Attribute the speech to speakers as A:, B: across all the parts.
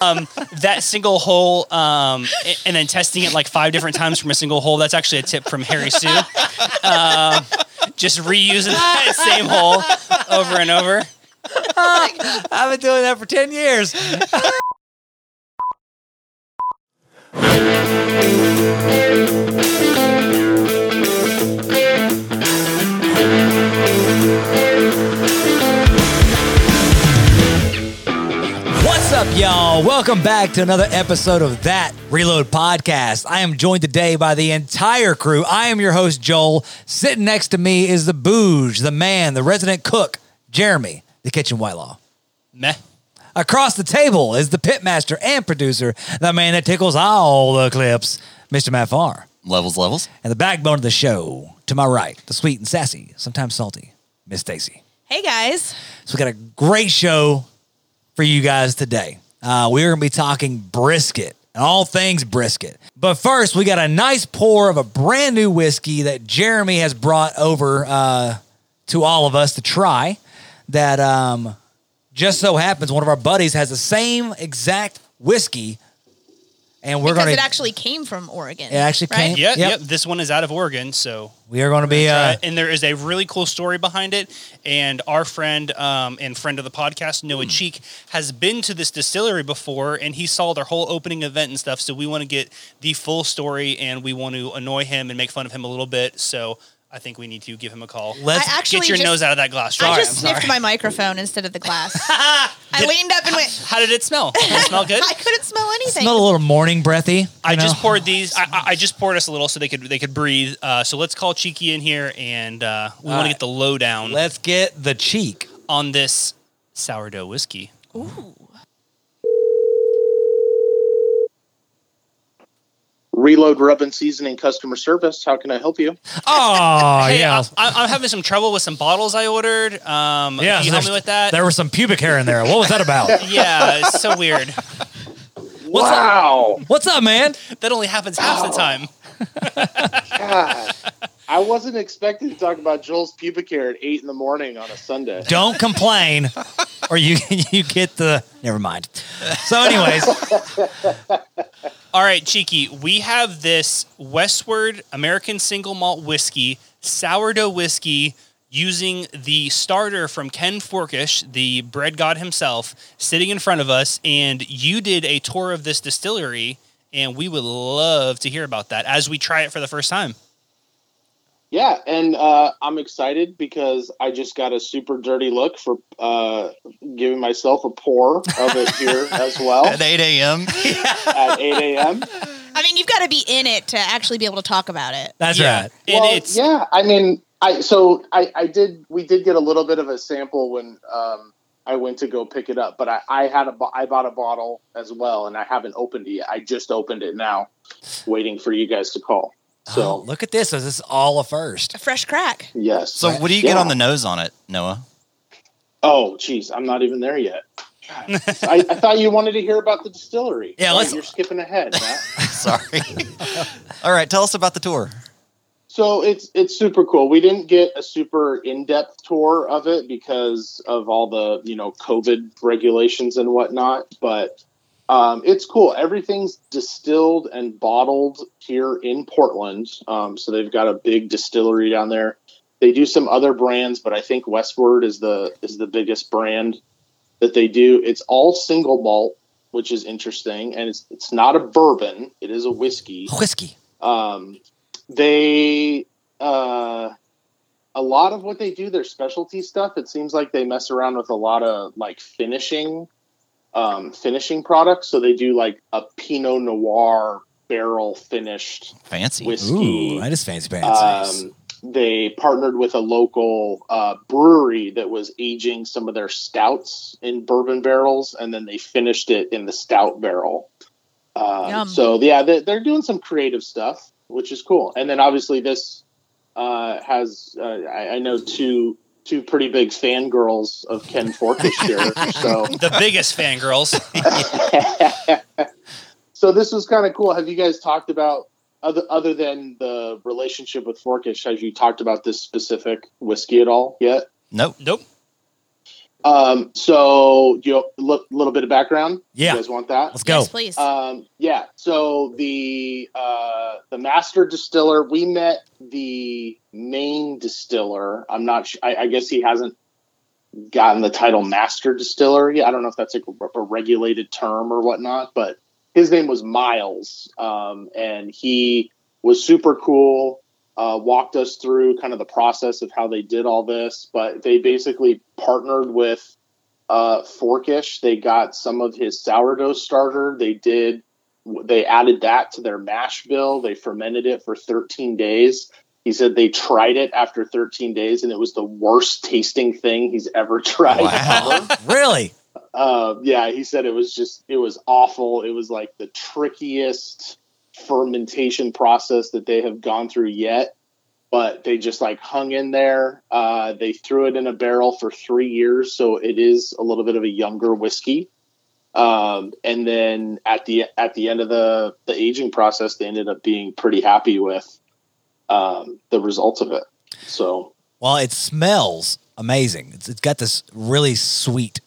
A: um, that single hole um, a- and then testing it like five different times from a single hole. That's actually a tip from Harry Sue. Um, just reusing that same hole over and over.
B: I've been doing that for 10 years. What's up, y'all? Welcome back to another episode of That Reload Podcast. I am joined today by the entire crew. I am your host, Joel. Sitting next to me is the booge, the man, the resident cook, Jeremy, the kitchen whitelaw.
A: Meh.
B: Across the table is the pitmaster and producer, the man that tickles all the clips, Mr. Matt Farr.
C: levels, levels.
B: And the backbone of the show, to my right, the sweet and sassy, sometimes salty, Miss Stacy.
D: Hey guys.
B: So we got a great show for you guys today. Uh, we're going to be talking brisket, all things brisket. But first, we got a nice pour of a brand new whiskey that Jeremy has brought over uh, to all of us to try. That um, just so happens one of our buddies has the same exact whiskey, and we're
D: because
B: going to
D: it actually came from Oregon.
B: It actually came-
A: Yep, yep,
B: Yep.
A: This one is out of Oregon, so
B: we are going to be uh,
A: Uh, and there is a really cool story behind it. And our friend um, and friend of the podcast, Noah Cheek, has been to this distillery before, and he saw their whole opening event and stuff. So we want to get the full story, and we want to annoy him and make fun of him a little bit. So I think we need to give him a call.
B: Let's
D: I actually
A: get your
D: just-
A: nose out of that glass.
D: I
A: Sorry,
D: just
A: I'm
D: sniffed
A: sorry.
D: my microphone instead of the glass. I leaned up and went.
A: How did it smell? Did it smell good?
D: I couldn't smell anything.
B: uh, smell a little morning breathy.
A: I
B: you know?
A: just poured these. I- I, I just poured us a little so they could they could breathe. Uh, so let's call Cheeky in here, and uh, we want
B: right.
A: to get the lowdown
B: Let's get the cheek.
A: on this sourdough whiskey.
E: Reload Rub and Seasoning customer service. How can I help you?
B: Oh
A: Hey,
B: yeah,
A: I, I'm having some trouble with some bottles I ordered. Um,
B: yeah.
A: can you help me
B: there's-
A: with that?
B: There was some pubic hair in there. What was that about?
A: yeah, it's so weird.
B: What's up?
E: wow.
B: What's up, man?
A: That only happens half the time.
E: God. I wasn't expecting to talk about Joel's pubic hair at eight in the morning on a Sunday.
B: Don't complain, or you you get the. Never mind. So, anyways,
A: All right, Cheeky, we have this Westward American single malt whiskey, sourdough whiskey, using the starter from Ken Forkish, the bread god himself, sitting in front of us. And you did a tour of this distillery, and we would love to hear about that as we try it for the first time.
E: Yeah, and uh, I'm excited because I just got a super dirty look for uh, giving myself a pour of it here as well
C: At 8 a.m.
E: at 8 a.m.
D: I mean, you've got to be in it to actually be able to talk about it.
B: that's
A: yeah.
B: right.
A: And
E: well,
A: it's
E: yeah. I mean, I so I, I did. We did get a little bit of a sample when um, I went to go pick it up, but I, I had a bo- I bought a bottle as well, and I haven't opened it. yet. I just opened it now, waiting for you guys to call.
B: So
C: Oh,
E: So
B: look at this. This is all a first.
D: A fresh crack.
E: yes.
C: So, what do you get
E: Yeah.
C: on the nose on it, Noah?
E: Oh, geez, I'm not even there yet. God. I, I thought you wanted to hear about the distillery.
B: Yeah,
E: Oh,
B: let's-
E: You're skipping ahead. Matt.
C: Sorry. All right, tell us about the tour.
E: So it's it's super cool. We didn't get a super in-depth tour of it because of all the you know COVID regulations and whatnot, but um, it's cool. Everything's distilled and bottled here in Portland. Um, so they've got a big distillery down there. They do some other brands, but I think Westward is the is the biggest brand that they do. It's all single malt, which is interesting, and it's it's not a bourbon. It is a whiskey
B: Whiskey.
E: um, they uh, a lot of what they do their specialty stuff it seems like they mess around with a lot of like finishing um, finishing products so they do like a pinot noir barrel finished
C: Fancy.
E: whiskey
B: Ooh, that is fancy pants.
E: um, they partnered with a local uh, brewery that was aging some of their stouts in bourbon barrels, and then they finished it in the stout barrel. Um,
D: Yum.
E: so yeah, they, they're doing some creative stuff, which is cool. And then obviously this uh, has uh, I, I know two two pretty big fangirls of Ken Forkish here, so.
A: the biggest fangirls.
E: so this was kind of cool. Have you guys talked about other other than the relationship with Forkish? Have you talked about this specific whiskey at all yet?
C: Nope.
A: nope.
E: Um, so you know, look a little bit of background.
B: Yeah.
E: you guys want that?
B: Let's go.
D: Yes, please.
E: Um, yeah. So the uh, the master distiller, we met the main distiller. I'm not. Sh- I, I guess he hasn't gotten the title master distiller yet. I don't know if that's like a, a regulated term or whatnot, but his name was Miles, um, and he was super cool. Uh, walked us through kind of the process of how they did all this, but they basically partnered with uh, Forkish. They got some of his sourdough starter. They did. They added that to their mash bill. They fermented it for 13 days. He said they tried it after 13 days, and it was the worst tasting thing he's ever tried.
C: Wow.
B: Really?
E: uh, yeah, he said it was just it was awful. It was like the trickiest fermentation process that they have gone through yet. But they just like hung in there. Uh, they threw it in a barrel for three years, so it is a little bit of a younger whiskey. Um, and then at the at the end of the the aging process, they ended up being pretty happy with um, the results of it. So
B: Well, it smells amazing. It's, it's got this really sweet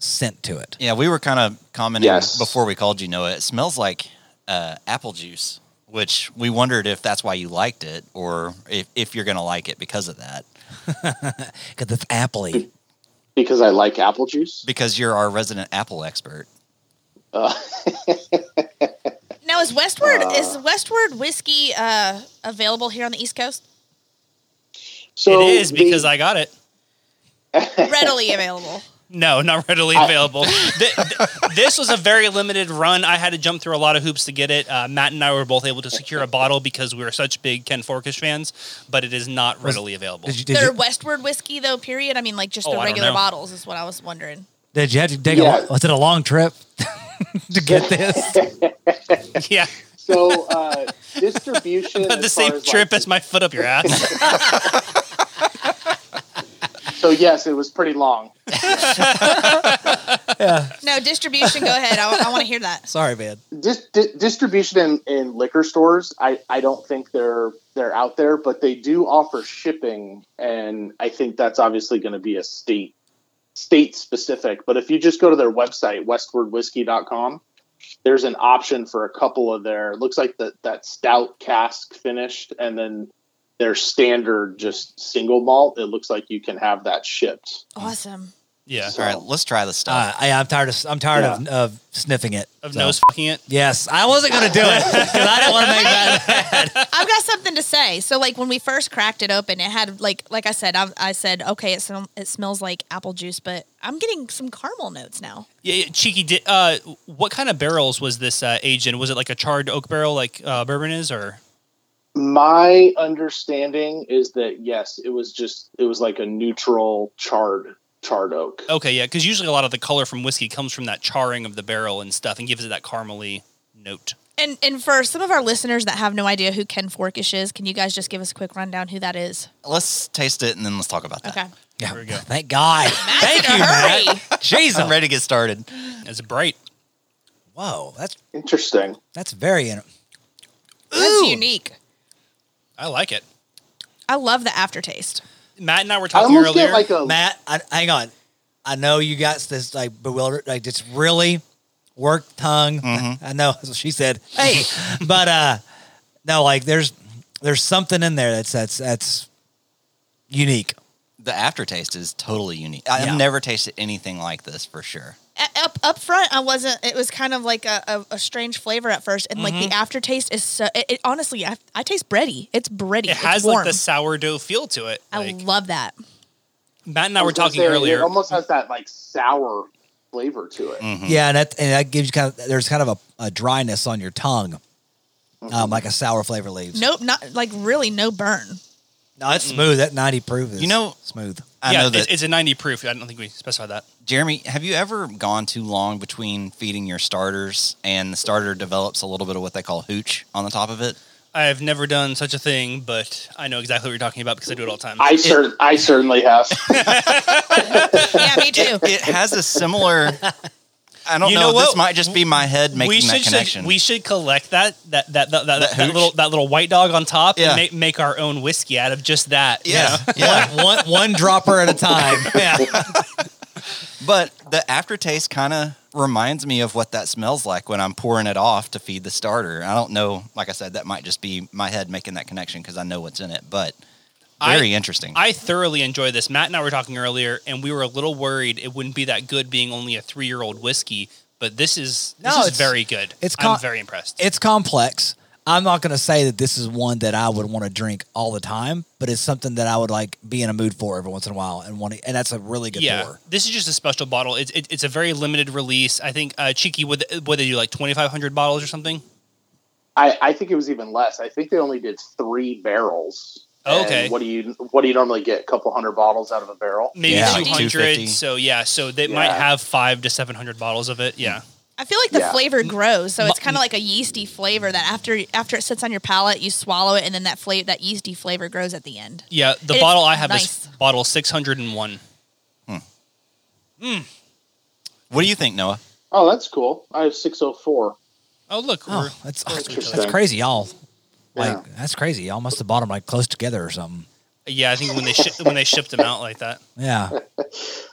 B: scent to it.
C: Yeah, we were kind of commenting
E: Yes.
C: before we called you, Noah. It smells like uh, apple juice, which we wondered if that's why you liked it or if, if you're going to like it because of that.
B: Got this appley.
E: because I like apple juice,
C: Because you're our resident apple expert.
E: uh,
D: now is Westward
E: Uh,
D: is Westward whiskey uh, available here on the East Coast?
E: so
A: it is because
E: I.
A: I got it.
D: Readily available.
A: No, not readily
E: I-
A: available. Th- th- this was a very limited run. I had to jump through a lot of hoops to get it. Uh, Matt and I were both able to secure a bottle because we were such big Ken Forkish fans, but it is not readily available.
B: Did you, did
D: Their
B: you,
D: Westward whiskey though, period. I mean like just
A: Oh, I
D: the
A: don't
D: regular
A: know.
D: bottles is what I was wondering.
B: did you have to take
E: Yeah.
B: a, was it a long trip to get this?
A: yeah,
E: So uh, distribution.
A: but the
E: as
A: same
E: far as,
A: trip
E: like-
A: as my foot up your ass.
E: So yes, it was pretty long.
D: No, distribution, go ahead. I, I want to hear that.
B: Sorry, man.
E: Dis- di- distribution in, in liquor stores. I, I don't think they're they're out there, but they do offer shipping, and I think that's obviously going to be a state state specific. But if you just go to their website westwardwhiskey.com, there's an option for a couple of their. It looks like that that stout cask finished, and then their standard just single malt. It looks like you can have that shipped.
D: Awesome.
A: Yeah,
E: So-
C: All right, let's try the stuff.
B: Uh, I, I'm tired of I'm tired of, of sniffing it.
A: of
B: So,
A: nose fucking it.
B: Yes, I wasn't gonna do it because I didn't want to make that.
D: I've got something to say. So, like when we first cracked it open, it had like, like I said, I, I said, okay, it, sm- it smells like apple juice, but I'm getting some caramel notes now.
A: Yeah, yeah, cheeky. Di- uh, what kind of barrels was this uh, aged in? Was it like a charred oak barrel, like uh, bourbon is, or
E: My understanding is that yes, it was just it was like a neutral charred charred oak.
A: okay, yeah? Because usually a lot of the color from whiskey comes from that charring of the barrel and stuff, and gives it that caramely note.
D: And and for some of our listeners that have no idea who Ken Forkish is, can you guys just give us a quick rundown who that is?
C: let's taste it and then let's talk about that.
D: Okay.
B: Yeah,
A: There we go.
B: Thank God. Thank
D: in a
B: you,
D: hurry.
B: man. Jesus.
C: I'm ready to get started.
A: It's bright.
B: Whoa, that's
E: Interesting.
B: that's very. In-
D: That's unique.
A: I like it.
D: I love the aftertaste.
A: Matt and I were
E: I
A: talking
E: almost
A: earlier.
E: get like a
B: Matt, I, hang on. I know you got this like bewildered, like just really worked tongue. I know that's what she said. Hey, but uh, no, like there's there's something in there that's that's that's unique.
C: The aftertaste is totally unique. I-
B: Yeah.
C: I've never tasted anything like this for sure.
D: A- Up up front, I wasn't. It was kind of like a, a, a strange flavor at first, and
A: Mm-hmm.
D: like the aftertaste is so. It, it- honestly, I, I taste bready. It's bready.
A: it has
D: it's warm.
A: like the sourdough feel to it.
D: I
A: Like,
D: love that.
A: Matt and I were
E: was gonna
A: talking
E: say,
A: earlier. Mm.
E: It almost has that like sour flavor to it.
B: Mm-hmm. Yeah, and that and that gives you kind of there's kind of a, a dryness on your tongue, um, like a sour flavor leaves.
D: Nope, not like really no burn.
B: no, it's smooth. That ninety proof is
C: You know-
B: smooth.
C: I
A: yeah,
C: know
A: it's,
C: that
A: it's a 90 proof. I don't think we specified that.
C: Jeremy, have you ever gone too long between feeding your starters and the starter develops a little bit of what they call hooch on the top of it?
A: I have never done such a thing, but I know exactly what you're talking about because I do it all the time.
E: I cer- I certainly have.
D: Yeah, me too.
C: It has a similar. I don't
A: You
C: know.
A: know
C: this
A: what?
C: might just be my head making
A: we should,
C: that
A: should-
C: connection.
A: we should collect that that that that, that, that,
C: hooch?
A: little that little white dog on top
C: Yeah.
A: and make, make our own whiskey out of just that. you
C: yeah,
A: know?
C: yeah.
B: One, one dropper at a time. Yeah.
C: But the aftertaste kind of reminds me of what that smells like when I'm pouring it off to feed the starter. I don't know. Like I said, that might just be my head making that connection because I know what's in it, but
A: I-
C: very interesting.
A: I thoroughly enjoy this. Matt and I were talking earlier, and we were a little worried it wouldn't be that good being only a three year old whiskey, but this is
B: No,
A: this
B: it's-
A: is very good.
B: it's
A: I'm
B: con-
A: very impressed.
B: It's complex. I'm not going to say that this is one that I would want to drink all the time, but it's something that I would like be in a mood for every once in a while, and want to, and that's a really good
A: yeah,
B: pour.
A: this is just a special bottle. It's it, it's a very limited release. I think uh, Cheeky would what they do like 2,500 bottles or something.
E: I, I think it was even less. I think they only did three barrels. And
A: Oh, Okay.
E: what do you What do you normally get? A couple hundred bottles out of a barrel.
A: Maybe
B: Yeah.
C: Like 250.
A: 200. So yeah, so they might
E: Yeah.
A: have five to 700 bottles of it. Yeah.
D: I feel like the
E: Yeah.
D: flavor grows, so it's kind of like a yeasty flavor that after after it sits on your palate, you swallow it, and then that flavor that yeasty flavor grows at the end.
A: Yeah, the
D: It's
A: bottle I have is
D: nice.
A: bottle 601.
C: what do you think, Noah?
E: Oh, that's cool. I have six oh four.
A: Oh, look.
B: Oh,
A: we're-
B: that's
E: Interesting.
B: that's crazy, y'all. Like
E: Yeah.
B: that's crazy. Y'all must have bought them like close together or something.
A: yeah, I think when they shi- when they shipped them out like that.
B: Yeah,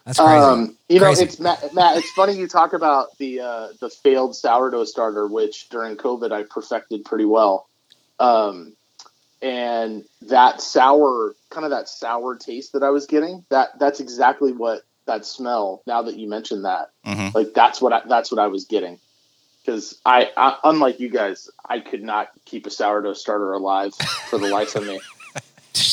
B: that's crazy.
E: Um, you know,
B: Crazy.
E: it's Matt, Matt. It's funny you talk about the uh, the failed sourdough starter, which during COVID I perfected pretty well. Um, and that sour, kind of that sour taste that I was getting, that that's exactly what that smell. Now that you mentioned that,
C: hmm
B: Mm-hmm.
E: like that's what I, that's what I was getting. Because I, I, unlike you guys, I could not keep a sourdough starter alive for the life of me.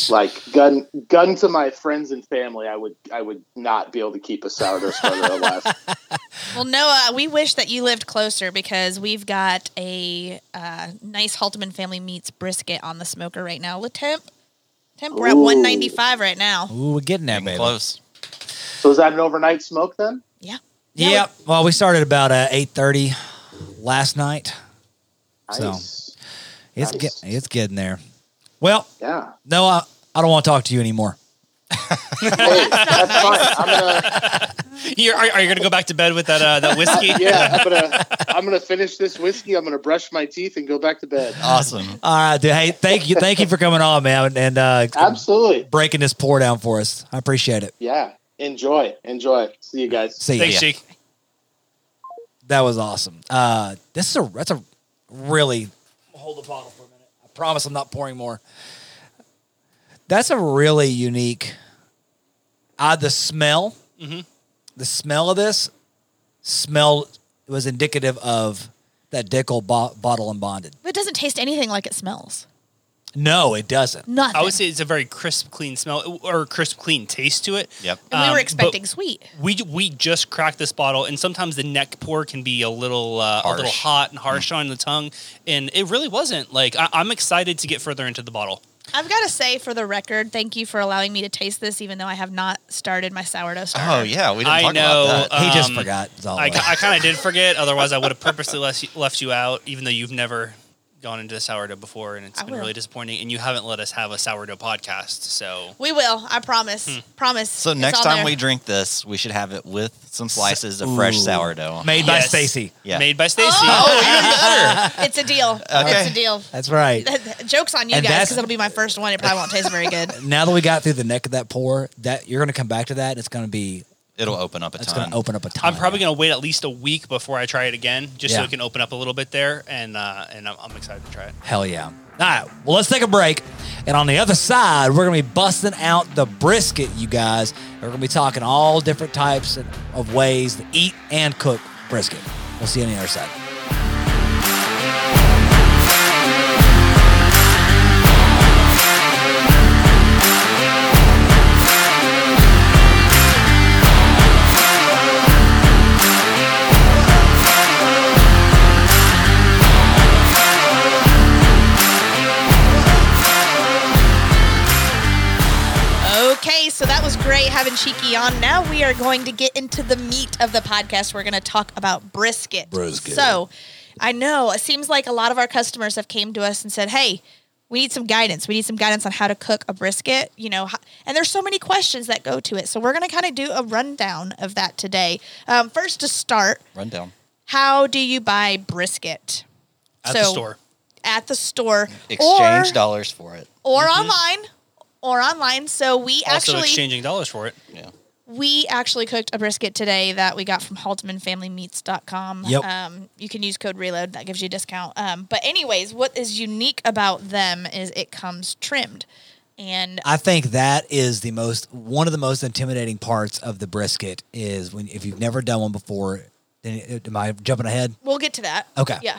E: Like gun, gun to my friends and family, I would, I would not be able to keep a sourdough starter alive.
D: Well, Noah, we wish that you lived closer because we've got a uh, nice Halteman Family Meats brisket on the smoker right now. La temp, temp, we're at
E: Ooh.
D: 195 right now.
B: Ooh, we're getting there,
C: Getting
B: baby.
C: close.
E: So is that an overnight smoke then?
D: Yeah.
B: Yep. well, we started about uh, eight thirty last night. So-
E: Nice.
B: It's
E: Nice.
B: get, it's getting there. Well,
E: Yeah.
B: no, I, I don't want to talk to you anymore.
E: Hey, that's fine. I'm gonna,
A: You're, are, are you going to go back to bed with that uh, that whiskey?
E: yeah, I'm gonna, I'm gonna finish this whiskey. I'm gonna brush my teeth and go back to bed.
C: Awesome.
B: All right, dude. Hey, thank you, thank you for coming on, man, and uh,
E: Absolutely.
B: breaking this pour down for us. I appreciate it.
E: Yeah. Enjoy. Enjoy. See you guys.
B: See,
A: Thanks,
B: ya.
A: Cheek.
B: that was awesome. Uh, this is a that's a really hold the bottle for a minute. I promise I'm not pouring more. That's a really unique. Uh, the smell, the smell of this smell was indicative of that Dickel bo- bottle and bonded.
D: But it doesn't taste anything like it smells.
B: No, it doesn't.
D: Nothing.
A: I would say it's a very crisp, clean smell or crisp, clean taste to it.
C: Yep.
D: and we
A: um,
D: were
A: but-
D: expecting sweet.
A: We we just cracked this bottle, and sometimes the neck pour can be a little uh, a little
C: Harsh. Mm.
A: hot and harsh on the tongue, and it really wasn't. Like I, I'm excited to get further into the bottle.
D: I've got to say, for the record, thank you for allowing me to taste this, even though I have not started my sourdough starter.
C: Oh, yeah. We didn't
A: I
C: talk
A: know.
C: about that.
B: he just
A: Um,
B: forgot. is
C: Oh,
B: all
A: I,
B: it was.
A: I kind of did forget. Otherwise, I would have purposely left, left you out, even though you've never gone into sourdough before, and it's
D: I
A: been
D: will.
A: really disappointing. And you haven't let us have a sourdough podcast, so
D: We will. I promise. Promise.
C: So
D: It's
C: next
D: on
C: time
D: there.
C: we drink this, we should have it with some slices of fresh
B: Ooh.
C: sourdough.
B: made by
A: Yes.
B: Stacy.
C: Yeah.
A: made by Stacy.
D: Oh, It's a deal.
C: Okay.
D: It's a deal.
B: That's right.
D: Joke's on you
B: And
D: guys
B: that's-
D: because it'll be my first one. It probably won't taste very good.
B: Now that we got through the neck of that pour, that you're going to come back to that. And it's going to be.
C: It'll open up a
B: It's
C: ton.
B: going to open up a ton.
A: I'm probably going to wait at least a week before I try it again, just so
B: Yeah.
A: it can open up a little bit there, and uh, and I'm, I'm excited to try it.
B: Hell yeah. All right. Well, let's take a break. And on the other side, we're going to be busting out the brisket, you guys. And we're going to be talking all different types of- of ways to eat and cook brisket. We'll see you on the other side.
D: Okay, so that was great having Cheeky on. Now we are going to get into the meat of the podcast. We're going to talk about brisket.
B: Brisket.
D: So I know it seems like a lot of our customers have came to us and said, "Hey, we need some guidance. We need some guidance on how to cook a brisket." You know, ho- and there's so many questions that go to it. So we're going to kind of do a rundown of that today. Um, first, to start,
C: Run down.
D: how do you buy brisket?
A: At the
D: So-
A: store.
D: At the store,
C: Exchange
D: or,
C: dollars for it.
D: or online, or online. So we
A: Mm-hmm. Also
D: actually
A: exchanging dollars for it.
C: Yeah.
D: We actually cooked a brisket today that we got from HaltmanFamilyMeats.com.
B: Yep.
D: Um, you can use code RELOAD. That gives you a discount. Um, but anyways, what is unique about them is it comes trimmed. And
B: I think that is the most one of the most intimidating parts of the brisket is when if you've never done one before. Then am I jumping ahead?
D: we'll get to that.
B: Okay.
D: Yeah.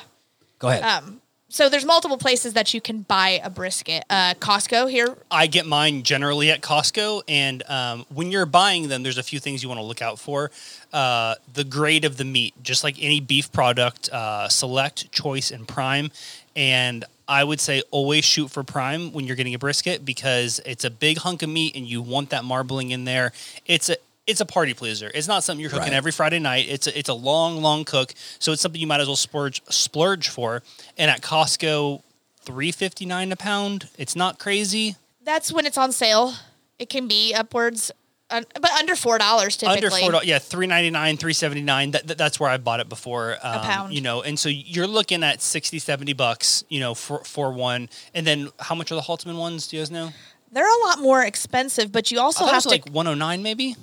B: Go ahead.
D: Um, So there's multiple places that you can buy a brisket. Uh, Costco here.
A: I get mine generally at Costco, and um, when you're buying them, there's a few things you want to look out for. Uh, the grade of the meat, just like any beef product, uh, select, choice, and prime. And I would say always shoot for prime when you're getting a brisket because it's a big hunk of meat, and you want that marbling in there. It's a it's a party pleaser. It's not something you're cooking
B: Right.
A: every Friday night. It's a, it's a long, long cook, so it's something you might as well splurge splurge for. And at Costco, three fifty nine a pound. It's not crazy.
D: That's when it's on sale. It can be upwards, uh, but under four dollars typically.
A: under four dollars. Yeah, three ninety nine, three seventy nine. That, that that's where I bought it before. Um,
D: pound.
A: you know, and so you're looking at 60, 70 bucks, you know, for for one. And then how much are the Haltman ones? Do you guys know?
D: They're a lot more expensive, but you
A: I
D: also
A: thought it
D: have
A: was
D: to
A: like one oh nine, maybe.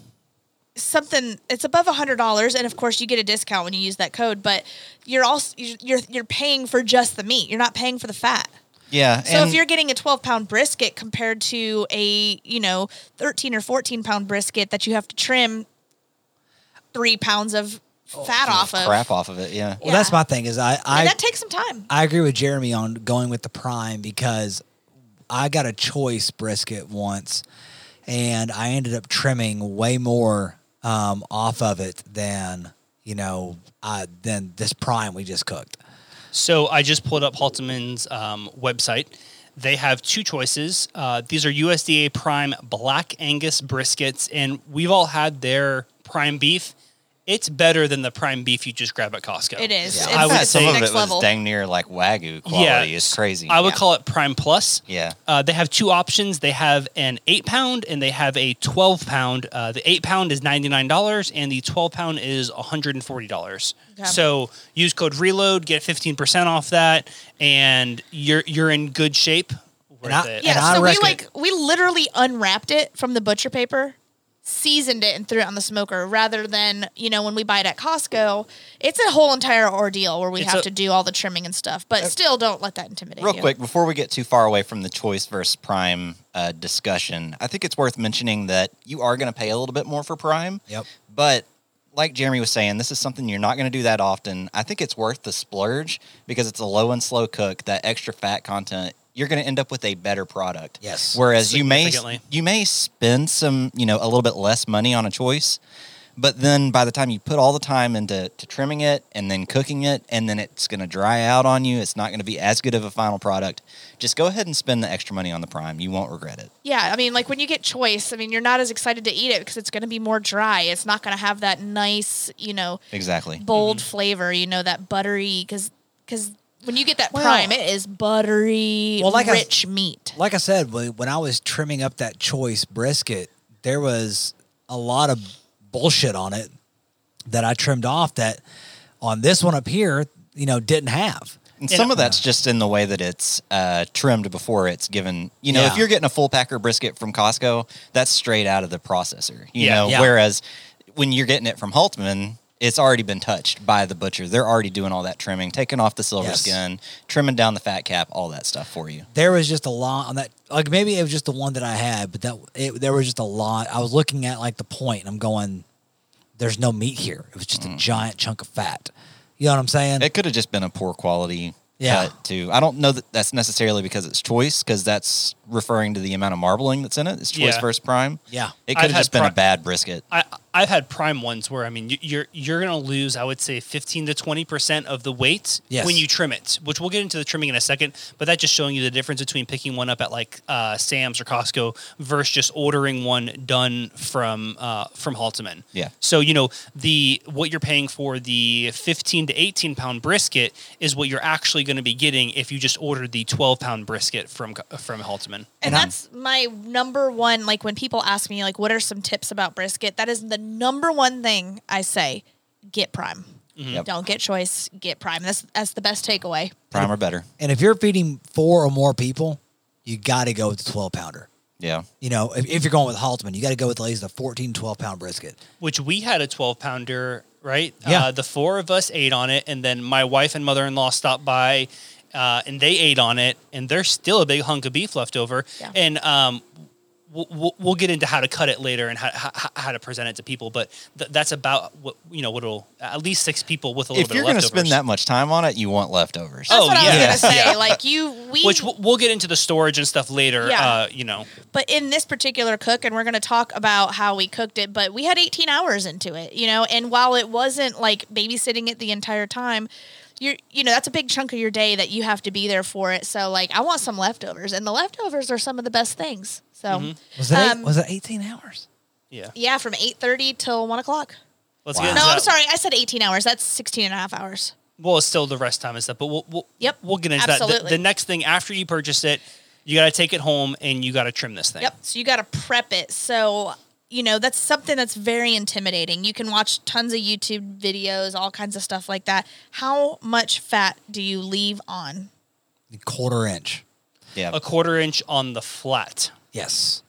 D: something it's above $100 and of course you get a discount when you use that code but you're also you're you're paying for just the meat you're not paying for the fat
C: Yeah.
D: so
C: and
D: if you're getting a 12 pound brisket compared to a you know 13 or 14 pound brisket that you have to trim three pounds of fat off of
C: Oh, crap off of it, yeah.
B: Well, that's
D: yeah.
B: my thing is I
D: and
B: I,
D: that takes some time
B: I agree with Jeremy on going with the prime because I got a choice brisket once, and I ended up trimming way more um, off of it than you know I, than this prime we just cooked.
A: So I just pulled up Haltman's um, website. They have two choices. Uh, these are USDA Prime Black Angus briskets, and we've all had their prime beef. It's better than the prime beef you just grab at Costco.
D: it is
B: Yeah.
D: It's-
A: I would
C: Yeah,
D: it's
A: say-
C: some of it
D: next
C: was
D: level.
C: dang near like wagyu quality. It's crazy.
A: I would
C: Yeah.
A: call it Prime Plus.
C: Yeah.
A: Uh, they have two options. They have an eight pound and they have a twelve pound. Uh, the eight pound is ninety nine dollars and the twelve pound is one hundred and forty dollars.
D: Okay.
A: So use code Reload, get fifteen percent off that, and you're you're in good shape. Worth
B: I-
A: it.
D: yeah
B: And I
D: so we
B: reckon-
D: like we literally unwrapped it from the butcher paper seasoned it and threw it on the smoker rather than you know when we buy it at costco it's a whole entire ordeal where we
A: It's
D: have
A: a-
D: to do all the trimming and stuff
B: Uh,
D: but still don't let that intimidate
C: Real
D: you
C: quick, before we get too far away from the choice versus prime uh, discussion, I think it's worth mentioning that you are going to pay a little bit more for prime.
B: Yep.
C: But like Jeremy was saying, this is something you're not going to do that often. I think it's worth the splurge because it's a low and slow cook. That extra fat content, you're going to end up with a better product.
B: Yes.
C: Whereas you may
A: Significantly.
C: you may spend some, you know, a little bit less money on a choice, but then by the time you put all the time into to trimming it and then cooking it and then it's going to dry out on you it's not going to be as good of a final product just go ahead and spend the extra money on the prime you won't regret it
D: yeah i mean like when you get choice i mean you're not as excited to eat it because it's going to be more dry it's not going to have that nice you know
C: exactly
D: bold
B: Mm-hmm.
D: flavor you know that buttery because because when you get that
B: Well-
D: prime it is buttery
B: Well, like I-
D: rich meat
B: Like I said, when when I was trimming up that choice brisket, there was a lot of bullshit on it that I trimmed off that on this one up here, you know, didn't have.
C: and some of that's just in the way that it's uh, trimmed before it's given you know if
B: Yeah.
C: you're getting a full packer brisket from costco that's straight out of the processor you
A: Yeah.
C: know
B: Yeah.
C: whereas when you're getting it from haltman it's already been touched by the butcher they're already doing all that trimming taking off the silver
B: Yes.
C: skin trimming down the fat cap all that stuff for you
B: there was just a lot on that like maybe it was just the one that i had but that it, there was just a lot i was looking at like the point and i'm going there's no meat here it was just a giant chunk of fat you know what i'm saying
C: It could have just been a poor quality
B: Yeah.
C: cut too. I don't know that that's necessarily because it's choice, because that's referring to the amount of marbling that's in it. It's choice
A: Yeah.
C: versus prime.
B: yeah
A: I've
C: It could
A: had
C: have just been
A: pri-
C: a bad brisket.
A: I, I've had prime ones where I mean you- you're you're gonna lose I would say fifteen to twenty percent of the weight
B: Yes.
A: when you trim it, which we'll get into the trimming in a second. But that's just showing you the difference between picking one up at like uh, Sam's or Costco versus just ordering one done from uh, from Halteman.
C: Yeah.
A: So you know the what you're paying for the fifteen to eighteen pound brisket is what you're actually going to be getting if you just ordered the twelve pound brisket from from Halteman.
D: And that's my number one. Like when people ask me, like, what are some tips about brisket? That is the number one thing I say: get prime.
A: Mm-hmm.
C: Yep.
D: Don't get choice. Get prime. That's that's the best takeaway.
C: Prime or better.
B: and if you're feeding four or more people you got to go with the 12 pounder
C: Yeah.
B: You know, if, if you're going with Haltman, you got to go with at least a 14, 12 pound brisket.
A: which we had a 12 pounder, right?
B: Yeah.
A: Uh, the four of us ate on it, and then my wife and mother in law stopped by uh, and they ate on it, and there's still a big hunk of beef left over.
D: Yeah.
A: And um, we'll- we'll, we'll get into how to cut it later and how, how, how to present it to people, but th- that's about what, you know, what will at least six people with a little
C: If
A: bit
C: you're
A: of
C: going to
A: leftovers.
C: spend that much time on it, you want leftovers.
D: That's
A: Oh,
D: what I
A: yeah.
D: was gonna say.
A: Yeah.
D: Like you, we,
A: which we'll, we'll get into the storage and stuff later,
D: Yeah.
A: uh, you know.
D: but in this particular cook, and we're gonna talk about how we cooked it. But we had 18 hours into it, you know. And while it wasn't like babysitting it the entire time, you're, you know, that's a big chunk of your day that you have to be there for it. So like, I want some leftovers, and the leftovers are some of the best things. So
A: Mm-hmm.
B: Was it,
D: Um,
B: eight, was it 18 hours?
A: Yeah.
D: yeah, from 8:30 till one o'clock.
A: Let's
B: Wow.
A: get into
D: No, I'm
A: that.
D: sorry, I said 18 hours. That's 16 and a half hours.
A: Well, it's still the rest time and stuff, but we'll, we'll,
D: Yep.
A: we'll get into that. The-
D: Absolutely.
A: The, next thing after you purchase it, you got to take it home and you got to trim this thing.
D: Yep. So you got to prep it. So, you know, that's something that's very intimidating. You can watch tons of YouTube videos, all kinds of stuff like that. How much fat do you leave on?
B: Quarter inch.
C: Yeah.
A: A quarter inch on the flat.
B: Yes.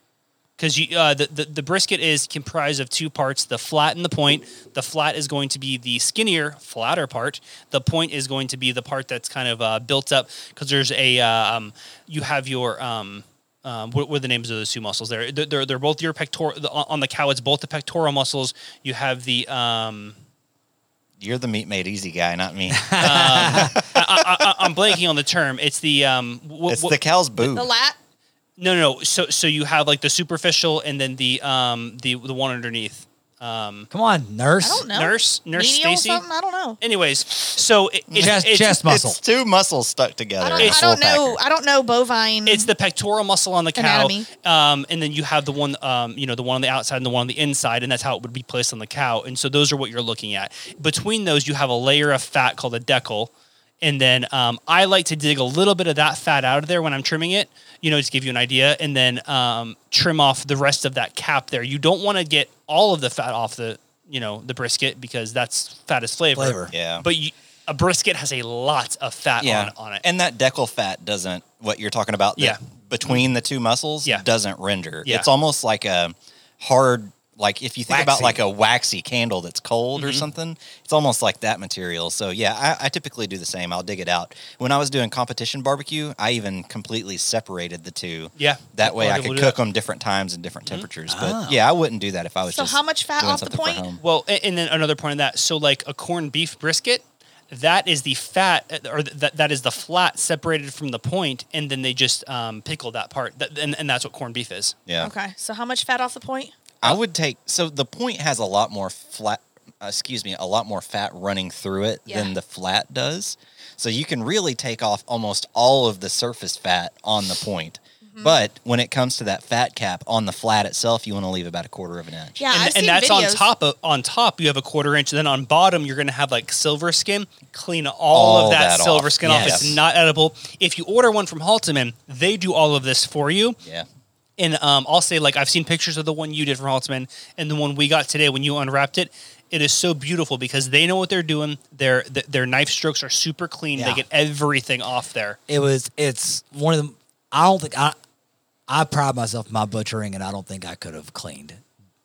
A: Because you, uh, the, the the brisket is comprised of two parts: the flat and the point. The flat is going to be the skinnier, flatter part. The point is going to be the part that's kind of uh, built up. Because there's a uh, um, you have your um, um, what, what are the names of those two muscles? There, they're, they're, they're both your pectoral. The, on the cow, it's both the pectoral muscles. You have the um,
C: You're the meat made easy guy, not me.
A: I, I'm blanking on the term. It's the um, wh-
C: It's
A: wh-
C: the cow's boob.
D: The lat?
A: no, no, no. So, so you have like the superficial, and then the um, the the one underneath. Um,
B: Come on, nurse.
D: I don't know.
A: Nurse- Nurse
D: Medial
A: Stacy?
D: something? I don't know.
A: anyways, so it, it's,
B: Chest,
A: it's,
B: chest muscle.
C: It's two muscles stuck
D: I
C: together.
D: don't,
C: in a
D: I
C: full
D: don't know.
C: packer.
D: I don't know bovine.
A: It's the pectoral muscle on the cow,
D: Anatomy.
A: um, and then you have the one, um, you know, the one on the outside and the one on the inside, and that's how it would be placed on the cow. And so those are what you're looking at. Between those, you have a layer of fat called a decal, and then um, I like to dig a little bit of that fat out of there when I'm trimming it, you know, to give you an idea, and then um, trim off the rest of that cap there. You don't want to get all of the fat off the, you know, the brisket because that's fat is flavor.
B: Flavor.
C: Yeah.
A: but you, a brisket has a lot of fat
C: yeah.
A: on, on it.
C: And that decal fat doesn't, what you're talking about, the-
A: Yeah.
C: between the two muscles,
A: Yeah.
C: doesn't render.
A: Yeah.
C: It's almost like a hard, like if you think about
B: Waxy.
C: like a waxy candle that's cold
A: Mm-hmm.
C: or something, it's almost like that material. So yeah, I, I typically do the same. I'll dig it out. When I was doing competition barbecue, I even completely separated the two.
A: Yeah.
C: That way
A: Well,
C: I
A: they will
C: could
A: do
C: cook
A: that.
C: them different times and different temperatures.
B: Ah.
C: But yeah, I wouldn't do that if I was
D: So
C: just
D: how much fat
C: doing
D: off the
C: something for
D: point?
C: home.
A: Well, a- and then another point of that. So, like a corned beef brisket, that is the fat, or that that is the flat separated from the point, and then they just um, pickle that part, That- and, and that's what corned beef is.
C: Yeah.
D: okay. So how much fat off the point?
C: I would take so the point has a lot more flat. uh, Excuse me, a lot more fat running through it
D: Yeah.
C: than the flat does. So you can really take off almost all of the surface fat on the point.
D: Mm-hmm.
C: But when it comes to that fat cap on the flat itself, you want to leave about a quarter of an inch.
D: Yeah,
A: and,
D: I've
A: and
D: seen
A: that's
D: videos.
A: on top of on top. You have a quarter inch, and then on bottom you're going to have like silver skin. Clean all,
C: All
A: of that,
C: that
A: silver
C: off.
A: skin off.
C: Yes.
A: It's not edible. If you order one from Halteman, they do all of this for you.
C: Yeah.
A: And um, I'll say, like, I've seen pictures of the one you did from Haltzman and the one we got today when you unwrapped it. It is so beautiful because they know what they're doing. Their th- their knife strokes are super clean.
B: Yeah.
A: They get everything off there.
B: It was, it's one of the, I don't think, I, I pride myself in my butchering and I don't think I could have cleaned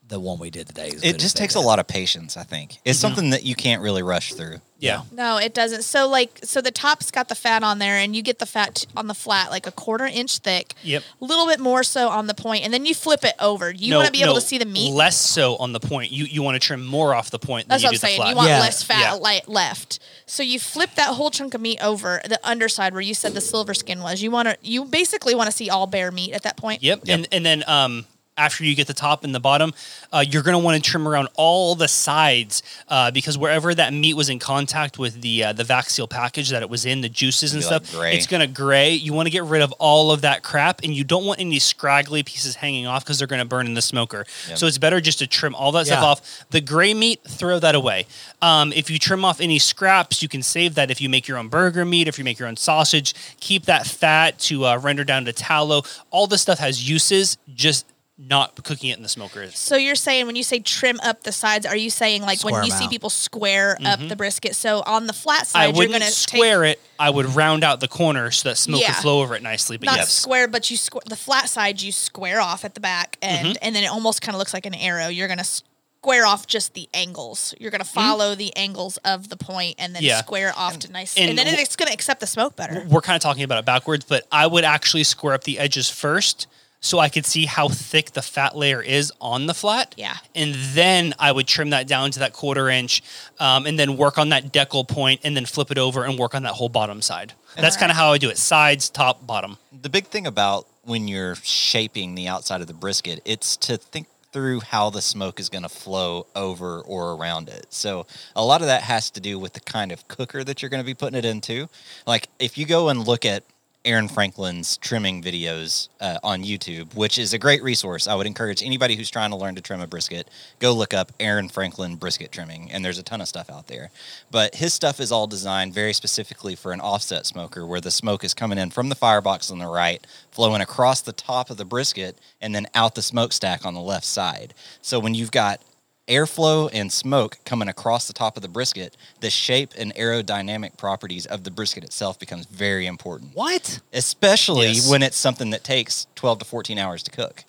B: the one we did today. as good
C: It
B: as
C: just
B: they
C: takes a
B: did.
C: lot of patience, I think. It's something that you can't really rush through.
A: Yeah.
D: No, it doesn't. So like, so the top's got the fat on there, and you get the fat t- on the flat, like a quarter inch thick.
A: Yep.
D: A little bit more so on the point, and then you flip it over. You
A: No,
D: want to be able
A: no,
D: to see the meat.
A: Less so on the point. You you want to trim more off the point than
D: That's
A: you
D: what
A: do
D: I'm
A: the
D: saying.
A: flat.
D: You want
B: Yeah.
D: less fat
A: Yeah.
D: li- left. So you flip that whole chunk of meat over the underside where you said the silver skin was. You want to. You basically want to see all bare meat at that point.
A: Yep.
C: Yep.
A: And and then um, after you get the top and the bottom, uh, you're going to want to trim around all the sides uh, because wherever that meat was in contact with the uh, the Vaxil package that it was in, the juices and
C: It'll be
A: stuff,
C: like gray.
A: it's going to gray. You want to get rid of all of that crap, and you don't want any scraggly pieces hanging off because they're going to burn in the smoker.
C: Yep.
A: So it's better just to trim all that stuff
B: Yeah.
A: off. The gray meat, throw that away. Um, if you trim off any scraps, you can save that if you make your own burger meat, if you make your own sausage, keep that fat to uh, render down to tallow. All this stuff has uses. Just not cooking it in the smoker. It's-
D: So you're saying when you say trim up the sides, are you saying like
B: Square
D: when you
B: 'em
D: see
B: out.
D: people square up the brisket? So on the flat
A: Mm-hmm. I
D: side, you're
A: wouldn't
D: going to
A: square it. I would round out the corner so that smoke
D: Yeah.
A: could flow over it nicely. But
D: not
A: yes,
D: square, but you square the flat side. You square off at the back,
A: Mm-hmm.
D: and and then it almost kind of looks like an arrow. You're going to square off just the angles. You're going to follow the angles of the point, and then
A: Mm-hmm. Yeah.
D: square off to nice,
A: and
D: and, then
A: w-
D: it's going to accept the smoke better.
A: we're kind of talking about it backwards, but I would actually square up the edges first so I could see how thick the fat layer is on the flat.
D: Yeah.
A: And then I would trim that down to that quarter inch um, and then work on that decal point and then flip it over and work on that whole bottom side. That's kind of how I do it sides, top, bottom.
C: The big thing about when you're shaping the outside of the brisket, it's to think through how the smoke is going to flow over or around it. So a lot of that has to do with the kind of cooker that you're going to be putting it into. Like if you go and look at Aaron Franklin's trimming videos uh, on YouTube, which is a great resource. I would encourage anybody who's trying to learn to trim a brisket, go look up Aaron Franklin brisket trimming, and there's a ton of stuff out there. But his stuff is all designed very specifically for an offset smoker where the smoke is coming in from the firebox on the right, flowing across the top of the brisket, and then out the smokestack on the left side. So when you've got airflow and smoke coming across the top of the brisket, the shape and aerodynamic properties of the brisket itself becomes very important
B: What?
C: especially
A: Yes.
C: when it's something that takes 12 to 14 hours to cook.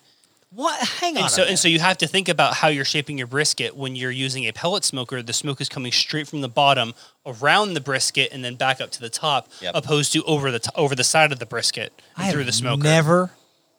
B: What? Hang on.
A: And so, and so you have to think about how you're shaping your brisket when you're using a pellet smoker. The smoke is coming straight from the bottom around the brisket and then back up to the top,
C: Yep.
A: opposed to over the t- over the side of the brisket and
B: I
A: through the
B: have
A: smoker.
B: Never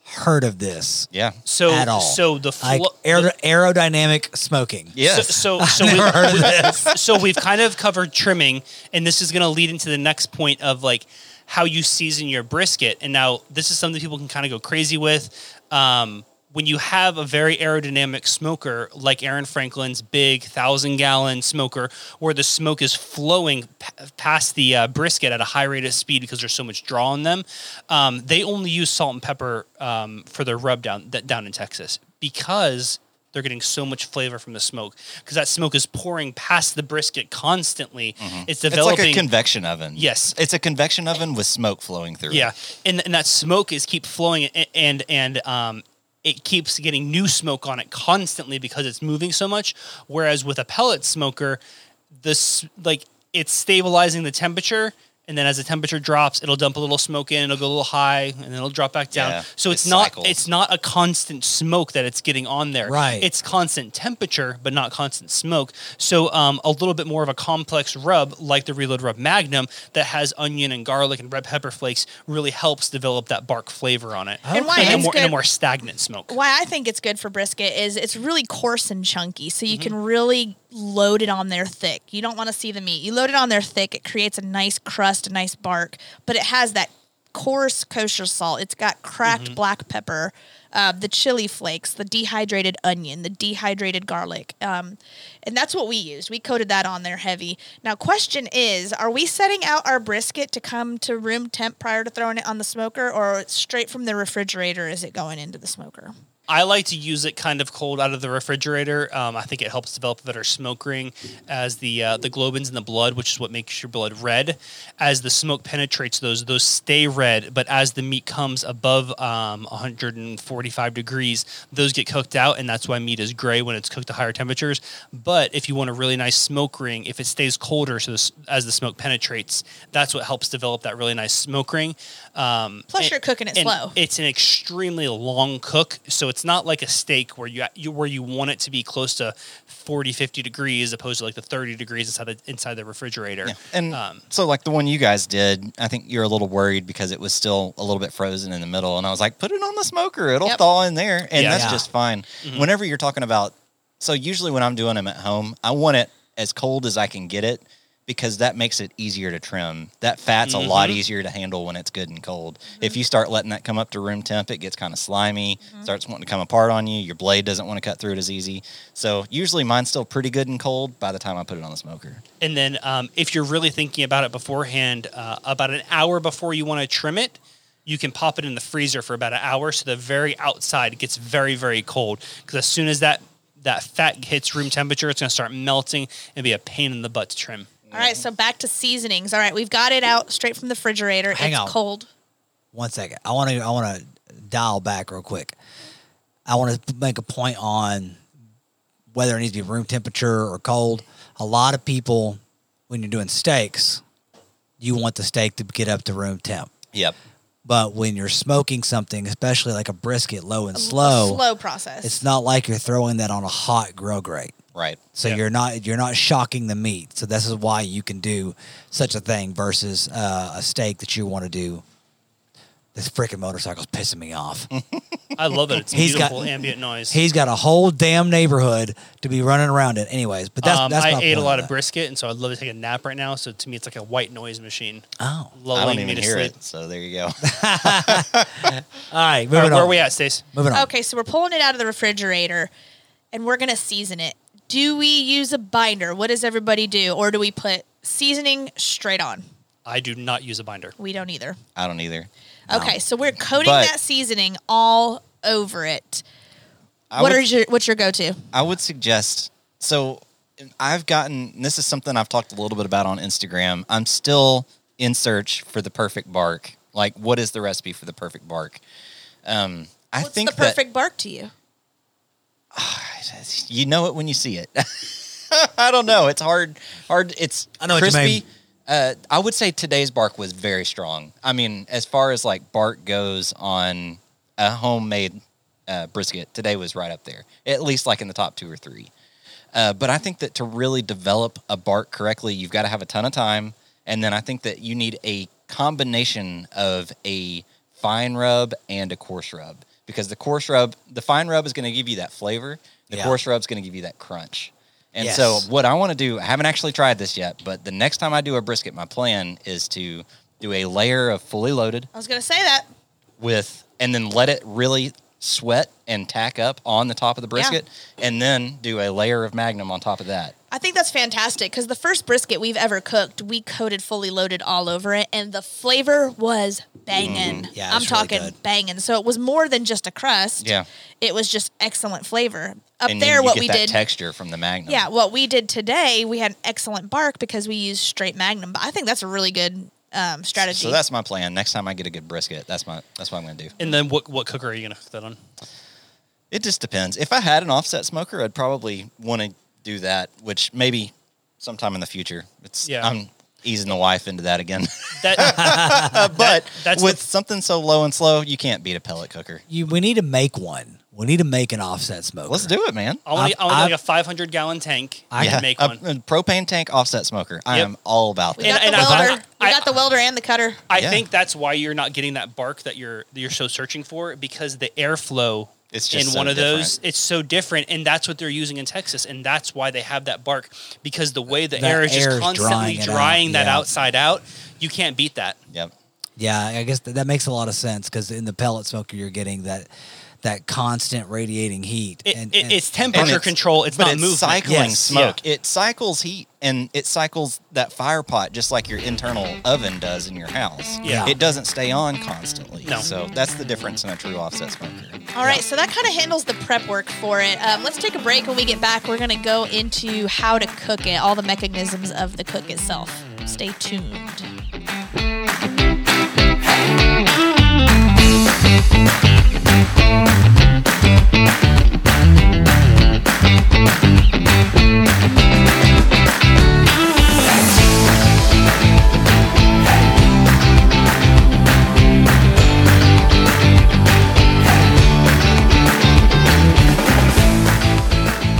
B: heard of this
C: Yeah.
A: so
B: at all.
A: so the
B: like
A: flo-
B: aer-
A: the-
B: aerodynamic smoking.
C: Yes.
A: So so, so,
B: Never
A: we,
B: heard of this.
A: so we've kind of covered trimming, and this is going to lead into the next point of like how you season your brisket. And now this is something people can kind of go crazy with. Um, when you have a very aerodynamic smoker like Aaron Franklin's big thousand gallon smoker, where the smoke is flowing p- past the uh, brisket at a high rate of speed because there's so much draw on them, um, they only use salt and pepper um, for their rub down that down in Texas because they're getting so much flavor from the smoke because that smoke is pouring past the brisket constantly. It's
C: Mm-hmm. It's like
A: developing.
C: a convection oven.
A: Yes.
C: It's a convection oven with smoke flowing through
A: yeah,
C: it.
A: and and that smoke is keep flowing a- and and um. It keeps getting new smoke on it constantly because it's moving so much. Whereas with a pellet smoker, this like it's stabilizing the temperature, and then as the temperature drops, it'll dump a little smoke in, it'll go a little high, and then it'll drop back down.
C: Yeah,
A: so
C: it
A: it's not
C: cycles.
A: it's not a constant smoke that it's getting on there.
B: Right.
A: It's constant temperature, but not constant smoke. So um, a little bit more of a complex rub, like the Reload Rub Magnum, that has onion and garlic and red pepper flakes, really helps develop that bark flavor on it.
D: And why
A: in, a
D: it's
A: more, in a
D: good-
A: more stagnant smoke.
D: why I think it's good for brisket is it's really coarse and chunky, so you can really load it on there thick. You don't want to see the meat. You load it on there thick, it creates a nice crust, a nice bark, but it has that coarse kosher salt. It's got cracked black pepper, uh, the chili flakes, the dehydrated onion, the dehydrated garlic, um, and that's what we used. We coated that on there heavy. Now, question is, are we setting out our brisket to come to room temp prior to throwing it on the smoker, or straight from the refrigerator is it going into the smoker?
A: I like to use it kind of cold out of the refrigerator. Um, I think it helps develop a better smoke ring as the uh, the globins in the blood, which is what makes your blood red. As the smoke penetrates those, those stay red. But as the meat comes above um, 145 degrees, those get cooked out, and that's why meat is gray when it's cooked to higher temperatures. But if you want a really nice smoke ring, if it stays colder, so this, as the smoke penetrates, that's what helps develop that really nice smoke ring. Um,
D: Plus you're cooking it
A: and
D: slow.
A: It's an extremely long cook, so it's not like a steak where you, you where you want it to be close to 40, 50 degrees, opposed to like the thirty degrees inside the inside the refrigerator.
C: And
A: Um,
C: so, like the one you guys did, I think you're a little worried because it was still a little bit frozen in the middle. And I was like, put it on the smoker, it'll
D: Yep.
C: thaw in there. And
A: Yeah.
C: that's
B: Yeah.
C: just fine. Whenever you're talking about, so usually when I'm doing them at home, I want it as cold as I can get it because that makes it easier to trim. That fat's a lot easier to handle when it's good and cold. If you start letting that come up to room temp, it gets kind of slimy, starts wanting to come apart on you. Your blade doesn't want to cut through it as easy. So usually mine's still pretty good and cold by the time I put it on the smoker.
A: And then um, if you're really thinking about it beforehand, uh, about an hour before you want to trim it, you can pop it in the freezer for about an hour, so the very outside gets very very cold. Because as soon as that that fat hits room temperature, it's going to start melting and be a pain in the butt to trim.
D: All right, so back to seasonings. All right, we've got it out straight from the refrigerator.
B: Hang
D: it's
B: on.
D: cold.
B: One second. I want to. I want to dial back real quick. I want to make a point on whether it needs to be room temperature or cold. A lot of people, when you're doing steaks, you want the steak to get up to room temp.
C: Yep.
B: But when you're smoking something, especially like a brisket low and slow,
D: slow process.
B: it's not like you're throwing that on a hot grill grate.
C: Right.
B: So
A: Yeah.
B: you're not you're not shocking the meat. So this is why you can do such a thing versus uh, a steak that you want to do. This freaking motorcycle's pissing me off.
A: I love it. It's
B: He's got-
A: beautiful ambient noise.
B: He's got a whole damn neighborhood to be running around in. Anyways, but that's
A: um,
B: that's
A: I
B: my
A: ate a
B: point
A: lot
B: on
A: of
B: that.
A: brisket, and so I'd love to take a nap right now. So to me, it's like a white noise machine,
B: Oh,
A: lulling
C: I don't
A: me
C: even
A: to
C: hear
A: sleep.
C: it. So there you go.
B: all right. Moving
A: All right,
B: on.
A: where are we at, Stace?
B: Moving on.
D: Okay, so we're pulling it out of the refrigerator and we're going to season it. Do we use a binder? What does everybody do? Or do we put seasoning straight on?
A: I do not use a binder.
D: We don't either.
C: I don't either.
D: Okay, so we're coating
C: But-
D: that seasoning all over it.
C: I
D: what
C: would,
D: are your what's your go-to?
C: I would suggest. So I've gotten and this is something I've talked a little bit about on Instagram. I'm still in search for the perfect bark. Like, what is the recipe for the perfect bark? Um, I
D: What's
C: think
D: the perfect bark to you?
C: that you know it when you see it. I don't know. It's hard. Hard. It's
B: I know what you
C: crispy.
B: mean.
C: Uh, I would say today's bark was very strong. I mean, as far as like bark goes on a homemade uh, brisket, today was right up there, at least like in the top two or three. Uh, but I think that to really develop a bark correctly, you've got to have a ton of time. And then I think that you need a combination of a fine rub and a coarse rub because the coarse rub, the fine rub is going to give you that flavor, the
B: Yeah.
C: coarse rub is going to give you that crunch. And
B: Yes.
C: so, what I want to do, I haven't actually tried this yet, but the next time I do a brisket, my plan is to do a layer of fully loaded
D: I was going to say that.
C: with, and then let it really sweat and tack up on the top of the brisket, and then do a layer of magnum on top of that.
D: I think that's fantastic because the first brisket we've ever cooked, we coated fully loaded all over it, and the flavor was banging.
C: Mm-hmm.
B: Yeah, it
D: I'm
B: was really
D: talking
B: good.
D: banging. So it was more than just a crust.
C: Yeah.
D: it was just excellent flavor. Up
C: and then
D: there,
C: you
D: what
C: get
D: we
C: that
D: did,
C: texture from the magnum.
D: yeah, what we did today, we had an excellent bark because we used straight Magnum. But I think that's a really good um, strategy.
C: So that's my plan. Next time I get a good brisket, that's my that's what I'm going to do.
A: And then what what cooker are you gonna cook that on?
C: It just depends. If I had an offset smoker, I'd probably want to do that, which maybe sometime in the future. It's
A: Yeah.
C: I'm easing the wife into that again.
A: That
C: but
A: that's
C: with
A: the-
C: something so low and slow, you can't beat a pellet cooker.
B: You, we need to make one. We need to make an offset smoker.
C: Let's do it, man.
A: I want
B: I've-
A: I want like
B: I've-
A: a 500 gallon tank. I
C: Yeah,
A: can make
C: a-
A: one.
C: A, propane tank offset smoker. I
A: Yep.
C: am all about
D: we
C: that.
A: And- and
D: got the
A: I-
D: welder.
A: I-
D: we got the welder and the cutter.
A: I
C: Yeah.
A: think that's why you're not getting that bark that you're that you're so searching for because the airflow
C: It's
A: in
C: just so
A: one of those it's so different and that's what they're using in Texas and that's why they have that bark because the way the,
B: The
A: air is just
B: air is
A: constantly
B: drying
A: drying,
B: it out,
A: that
B: yeah.
A: outside out you can't beat that
C: Yep.
B: Yeah, I guess that, that makes a lot of sense because in the pellet smoker you're getting that that constant radiating heat.
A: it, it- it's temperature
C: And it's-
A: control it's
C: but
A: not
C: it's
A: movement
C: cycling
B: Yes.
C: smoke. It cycles heat and it cycles that fire pot just like your internal oven does in your house.
A: Yeah.
C: It doesn't stay on constantly.
A: No.
C: So that's the difference in a true offset smoker.
D: All right, so that kind of handles the prep work for it. Um, let's take a break. When we get back, we're going to go into how to cook it, all the mechanisms of the cook itself. Stay tuned.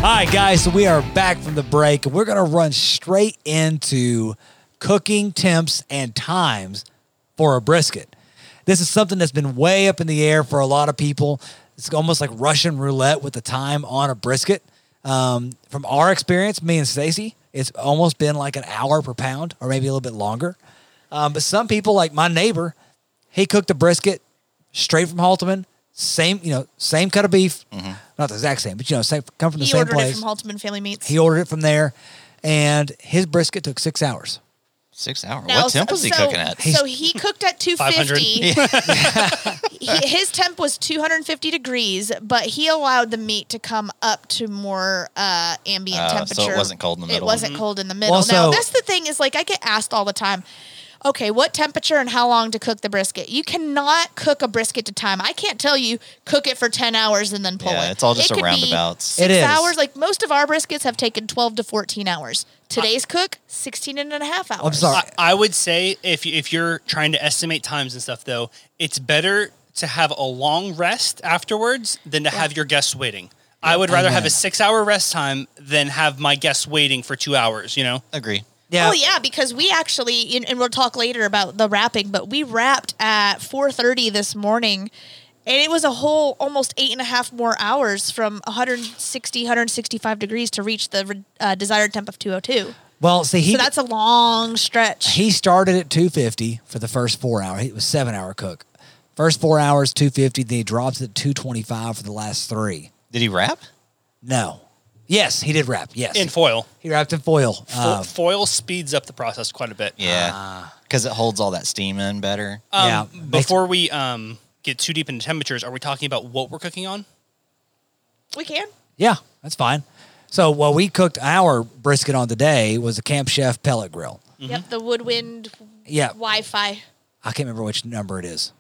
B: All right, guys, so we are back from the break. We're going to run straight into cooking temps and times for a brisket. This is something that's been way up in the air for a lot of people. It's almost like Russian roulette with the time on a brisket. Um, from our experience, me and Stacy, it's almost been like an hour per pound or maybe a little bit longer. Um, but some people, like my neighbor, he cooked a brisket straight from Halterman. Same, you know, same cut of beef,
A: Mm-hmm.
B: not the exact same, but you know, same, come from the
D: He
B: same
D: ordered
B: place.
D: it from Haltman Family Meats.
B: He ordered it from there, and his brisket took six hours.
C: Six hours.
D: Now,
C: what temp was he
D: so-
C: cooking at?
D: So he cooked at 250. He- His temp was 250 degrees, but he allowed the meat to come up to more uh, ambient
C: Uh, so it
D: temperature.
C: wasn't cold in the
D: It
C: middle.
D: wasn't cold in the middle.
B: Well, so-
D: now, that's the thing is like I get asked all the time, okay, what temperature and how long to cook the brisket. You cannot cook a brisket to time. I can't tell you cook it for 10 hours and then pull
C: Yeah,
D: it.
C: it's all just a
D: it could be
C: roundabouts.
B: It
D: Six
B: is.
D: hours. Like most of our briskets have taken 12 to 14 hours. Today's cook, 16 and a half hours.
B: I'm sorry.
A: I, I would say if you- if you're trying to estimate times and stuff, though, it's better to have a long rest afterwards than to have your guests waiting. I would rather have a
B: Amen.
A: six-hour rest time than have my guests waiting for two hours. You know,
C: Agree.
B: yeah.
D: Oh yeah, because we actually, and and we'll talk later about the wrapping, but we wrapped at four thirty this morning, and it was a whole almost eight and a half more hours from 160, 165 degrees to reach the uh, desired temp of two hundred two.
B: Well, see, he
D: So that's a long stretch.
B: he started at 250 for the first four hour. He was seven hour cook. First four hours, 250. Then he drops it to 225 for the last three.
C: Did he rap?
B: No. Yes, he did wrap. Yes.
A: in foil,
B: he wrapped in foil.
A: Fo-
B: Uh,
A: foil speeds up the process quite a bit.
B: Ah.
C: um, Yeah, because it holds all that steam in better.
A: Um,
B: Yeah.
A: Before we um, get too deep into temperatures, are we talking about what we're cooking on?
D: We can.
B: yeah, that's fine. So, what we cooked our brisket on today was a Camp Chef pellet grill.
D: Yep, the woodwind.
B: Yeah.
D: Wi-Fi.
B: I can't remember which number it is.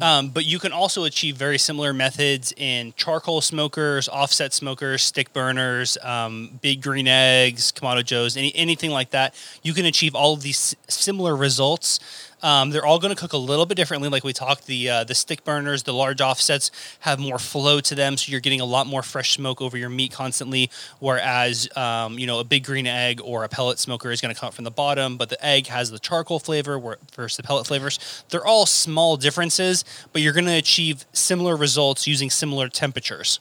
A: Um, but you can also achieve very similar methods in charcoal smokers, offset smokers, stick burners, um, big green eggs, Kamado Joes, any, anything like that. You can achieve all of these s- similar results. Um, they're all going to cook a little bit differently, like we talked. The uh, the stick burners, the large offsets have more flow to them, so you're getting a lot more fresh smoke over your meat constantly. Whereas, um, you know, a big green egg or a pellet smoker is going to come up from the bottom, but the egg has the charcoal flavor where- versus the pellet flavors. They're all small differences, but you're going to achieve similar results using similar temperatures.